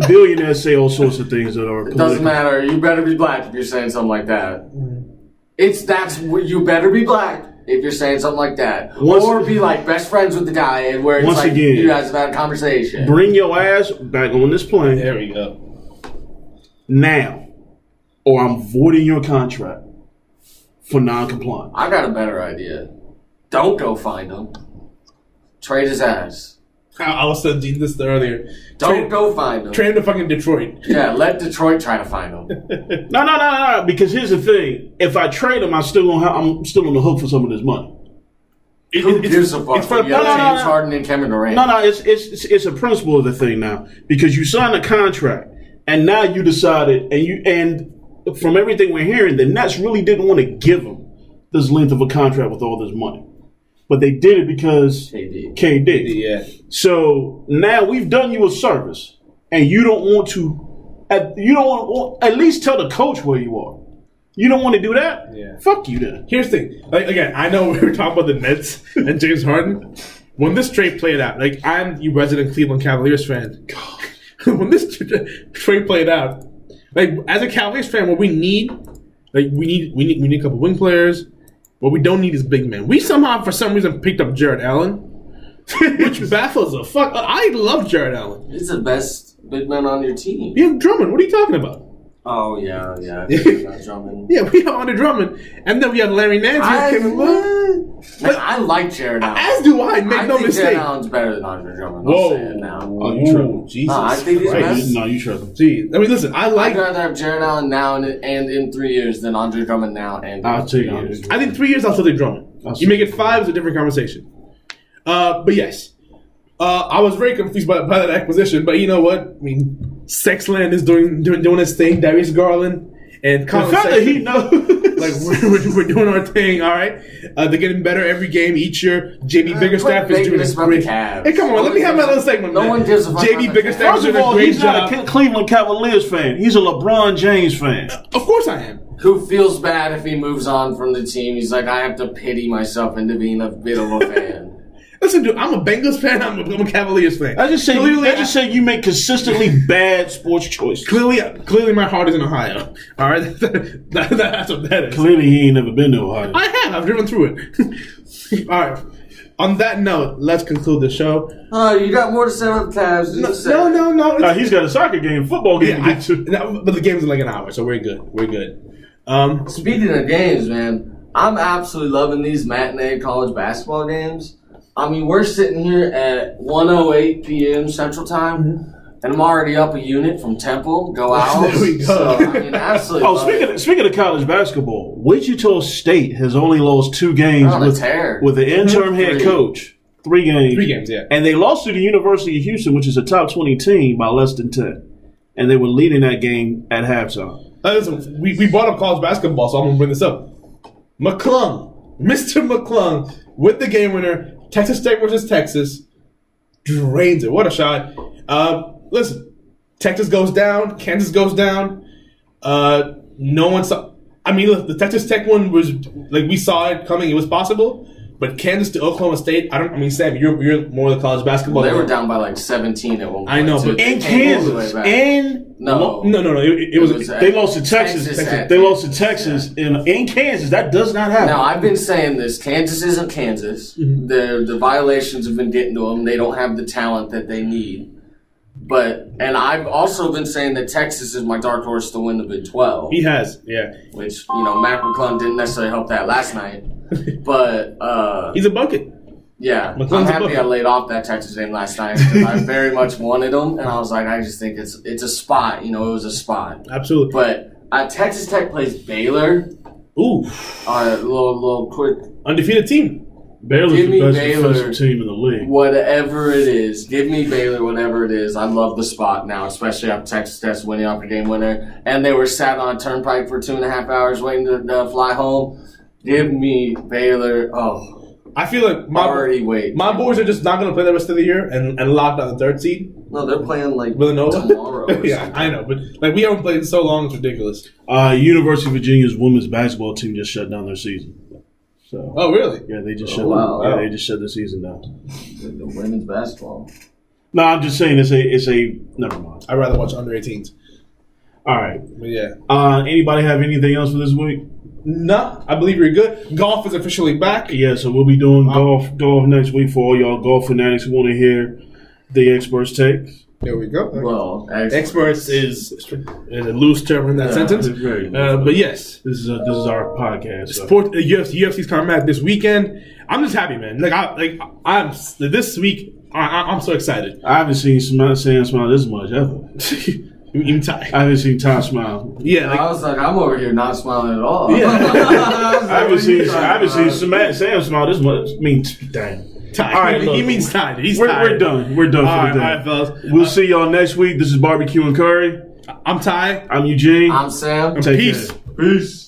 Speaker 1: Billionaires say all sorts of things that are.
Speaker 3: It doesn't
Speaker 1: political.
Speaker 3: matter. You better be black if you're saying something like that.
Speaker 1: Mm.
Speaker 3: It's that's what you better be black if you're saying something like that,
Speaker 1: Once-
Speaker 3: or be like best friends with the guy and where it's
Speaker 1: Once
Speaker 3: like
Speaker 1: again-
Speaker 3: you guys have had a conversation.
Speaker 1: Bring your ass back on this plane
Speaker 2: There we go.
Speaker 1: now, or I'm voiding your contract for non-compliance.
Speaker 3: I got a better idea. Don't go find him. Trade his ass.
Speaker 2: I, I was telling Gene this earlier.
Speaker 3: Don't go find him.
Speaker 2: Train to fucking Detroit.
Speaker 3: yeah, let Detroit try to find him.
Speaker 1: No, no, no, no, no. Because here's the thing: if I trade him, I'm still on. I'm still on the hook for some of this money.
Speaker 2: It-
Speaker 3: Who
Speaker 2: it- it's-
Speaker 3: gives a fuck?
Speaker 2: It's for the
Speaker 3: you got
Speaker 1: no, no,
Speaker 3: James
Speaker 1: no.
Speaker 3: Harden and Kevin Durant.
Speaker 1: No, no, it's it's it's, it's a principle of the thing now because you signed a contract and now you decided and you and from everything we're hearing, the Nets really didn't want to give him this length of a contract with all this money, but they did it because
Speaker 3: KD.
Speaker 1: KD.
Speaker 2: Yeah.
Speaker 1: So now we've done you a service, and you don't want to, at, you don't want, want at least tell the coach where you are. You don't want to do that.
Speaker 2: Yeah.
Speaker 1: Fuck you then.
Speaker 2: Here's the thing. Like again, I know we were talking about the Nets and James Harden. When this trade played out, like I'm the resident Cleveland Cavaliers fan. when this tra- trade played out, like as a Cavaliers fan, what we need, like we need, we need, we need a couple wing players. What we don't need is big men. We somehow, for some reason, picked up Jared Allen, which baffles the fuck. I love Jared Allen.
Speaker 3: He's the best big man on your team.
Speaker 2: You have Drummond. What are you talking about?
Speaker 3: Oh yeah, yeah. Not Drummond.
Speaker 2: Yeah, we have Andre Drummond, and then we have Larry Nance. we have
Speaker 3: I,
Speaker 2: Kevin Love.
Speaker 3: Man, I like Jared Allen.
Speaker 2: As do I. Make
Speaker 3: I
Speaker 2: no
Speaker 3: think
Speaker 2: mistake.
Speaker 3: Jared Allen's better than Andre Drummond.
Speaker 2: Whoa.
Speaker 3: I'll say it now.
Speaker 1: Oh, you tripping.
Speaker 2: Ooh, Jesus.
Speaker 3: No, I think he's
Speaker 2: Christ.
Speaker 3: best.
Speaker 1: No, you tripping.
Speaker 2: Jeez. I mean, listen, I like.
Speaker 3: I'd rather have Jared Allen now and, and in three years than Andre Drummond now and. in
Speaker 1: I'll
Speaker 3: three
Speaker 1: take
Speaker 3: years.
Speaker 1: it.
Speaker 2: I think three years I'll still take Drummond.
Speaker 1: That's-
Speaker 2: You make it five is a different conversation. Uh, but yes, uh, I was very confused by, by that acquisition. But you know what? I mean, Sexland is doing doing, doing his thing. Darius Garland and
Speaker 1: The
Speaker 2: Colin
Speaker 1: fact that he
Speaker 2: Sexton.
Speaker 1: knows.
Speaker 2: Like we're, we're, we're doing our thing, all right. Uh, they're getting better every game. Each year,
Speaker 1: Uh,
Speaker 2: JB Biggerstaff is doing a
Speaker 3: biggest about
Speaker 2: great.
Speaker 3: the Cavs.
Speaker 2: Hey, come on, let me have my little segment.
Speaker 3: No
Speaker 2: man.
Speaker 3: one gives a fuck about
Speaker 2: JB
Speaker 3: the
Speaker 2: Biggerstaff is
Speaker 1: First of
Speaker 2: doing a
Speaker 1: all,
Speaker 2: great
Speaker 1: he's not
Speaker 2: job.
Speaker 1: a Ca- Cleveland Cavaliers fan. He's a LeBron James fan.
Speaker 2: Of course, I am.
Speaker 3: Who feels bad if he moves on from the team? He's like, I have to pity myself into being a bit of a fan.
Speaker 2: Listen, dude, I'm a Bengals fan. I'm a, I'm a Cavaliers fan.
Speaker 1: I just say,
Speaker 2: Clearly,
Speaker 1: I just say you make consistently bad sports choices.
Speaker 2: clearly, clearly, my heart is in Ohio. All right, That- that's what that is.
Speaker 1: Clearly, he ain't never been to Ohio.
Speaker 2: I have. I've driven through it. All right. On that note, let's conclude the show.
Speaker 3: oh, you got more to say about the Cavs? than you said.
Speaker 2: No, no, no.
Speaker 1: Nah,
Speaker 2: it's-
Speaker 1: he's got a soccer game, football game to
Speaker 2: yeah, I-
Speaker 1: Uh, get to.
Speaker 2: no, but the game's in like an hour, so we're good. We're good. Um,
Speaker 3: Speaking of games, man, I'm absolutely loving these matinee college basketball games. I mean, we're sitting here at 1:08 p.m. Central Time, and I'm already up a unit from Temple. Go out.
Speaker 2: Mm-hmm. There we go.
Speaker 3: So, I mean, absolutely.
Speaker 1: Oh,
Speaker 3: love
Speaker 1: speaking
Speaker 3: it.
Speaker 1: of, speaking of college basketball, Wichita State has only lost two games
Speaker 3: On a
Speaker 1: with
Speaker 3: tear.
Speaker 1: with an interim head
Speaker 3: Three.
Speaker 1: coach. Three games.
Speaker 2: Three games, yeah.
Speaker 1: And they lost to the University of Houston, which is a top twenty team, by less than ten. And they were leading that game at halftime.
Speaker 2: uh, listen, we, we bought up college basketball, so I'm gonna bring this up. McClung, Mr. McClung, with the game winner, Texas Tech versus Texas, drains it. What a shot! Uh, listen, Texas goes down, Kansas goes down. Uh, no one saw. I mean, look, the Texas Tech one was like we saw it coming; it was possible. But Kansas to Oklahoma State, I don't. I mean, Sam, you're you're more of the college basketball.
Speaker 3: they
Speaker 2: guy.
Speaker 3: were down by like 17 at one point.
Speaker 2: I know,
Speaker 3: too.
Speaker 2: but-
Speaker 3: They
Speaker 1: In
Speaker 3: came all the
Speaker 1: Kansas.
Speaker 3: way back.
Speaker 1: In
Speaker 3: no,
Speaker 2: No, no, no. It, it, it was.
Speaker 3: It was, uh,
Speaker 1: they lost to Texas.
Speaker 3: Texas at-
Speaker 1: they lost to Texas in in Kansas. That does not happen.
Speaker 3: Now I've been saying this: Kansas isn't Kansas.
Speaker 2: Mm-hmm.
Speaker 3: The the violations have been getting to them. They don't have the talent that they need. But and I've also been saying that Texas is my dark horse to win the Big Twelve,
Speaker 2: he has. Yeah,
Speaker 3: which you know Matt McClung didn't necessarily help that last night. But uh,
Speaker 2: he's a bucket.
Speaker 3: yeah, I'm
Speaker 2: McClung's a
Speaker 3: happy
Speaker 2: bucket.
Speaker 3: I laid off that Texas game last night. 'cause I very much wanted them, and I was like, I just think it's it's a spot. You know, it was a spot.
Speaker 2: Absolutely.
Speaker 3: But uh, Texas Tech plays Baylor.
Speaker 2: Ooh,
Speaker 3: Uh, little little quick
Speaker 2: undefeated team.
Speaker 1: Baylor's
Speaker 3: Give me
Speaker 1: the best
Speaker 3: Baylor.
Speaker 1: defensive team in the league.
Speaker 3: Whatever it is, give me Baylor, whatever it is. I love the spot now, especially after Texas Tech's winning off a game winner. And they were sat on a turnpike for two and a half hours waiting to, to fly home. Give me Baylor. Oh,
Speaker 2: I feel like my
Speaker 3: already wait.
Speaker 2: my boys are just not going to play the rest of the year and, and locked on the third seed.
Speaker 3: No, they're playing like
Speaker 2: Villanova.
Speaker 3: tomorrow. or
Speaker 2: yeah, I know, but like we haven't played in so long, it's ridiculous.
Speaker 1: Uh, University of Virginia's women's basketball team just shut down their season. So
Speaker 2: Oh, really?
Speaker 1: yeah, they just shut.
Speaker 3: wow.
Speaker 1: yeah, they just shut the season down.
Speaker 3: something. The women's basketball.
Speaker 1: No, I'm just saying it's a it's a never mind.
Speaker 2: I'd rather watch under 18s.
Speaker 1: All right.
Speaker 2: But yeah,
Speaker 1: Uh, anybody have anything else for this week?
Speaker 2: no, I believe you're good. Golf is officially back.
Speaker 1: Yeah, so we'll be doing golf golf next week for all y'all golf fanatics who want to hear the experts' takes.
Speaker 2: There we go.
Speaker 3: Well, excellent.
Speaker 2: Experts is is a loose term in that sentence.
Speaker 1: Very good.
Speaker 2: Uh, but yes,
Speaker 1: This is a, this is our podcast. so-
Speaker 2: Sport, uh, UFC, UFC's coming back this weekend. I'm just happy, man. Like I like I'm this week. I, I, I'm so excited.
Speaker 1: I haven't seen Smile, Sam smile this much ever.
Speaker 2: Even tired.
Speaker 1: I haven't seen Tom smile.
Speaker 2: Yeah, like,
Speaker 3: I was like, I'm over here not smiling at all.
Speaker 2: Yeah.
Speaker 3: I,
Speaker 1: I
Speaker 3: was
Speaker 1: haven't
Speaker 3: like,
Speaker 1: seen
Speaker 3: what are you
Speaker 1: I haven't
Speaker 3: talking
Speaker 1: seen
Speaker 3: about?
Speaker 1: Sam, Sam smile this much. I mean, dang.
Speaker 2: tired.
Speaker 1: All right,
Speaker 2: he
Speaker 1: look.
Speaker 2: means tired. He's
Speaker 1: We're,
Speaker 2: tired.
Speaker 1: we're done. We're done
Speaker 2: All right,
Speaker 1: for the
Speaker 2: all
Speaker 1: day.
Speaker 2: right, fellas.
Speaker 1: We'll see y'all next week. This is Barbecue and Curry.
Speaker 2: I'm tired.
Speaker 1: I'm Eugene.
Speaker 3: I'm Sam.
Speaker 1: Take
Speaker 2: Peace.
Speaker 1: care.
Speaker 2: Peace.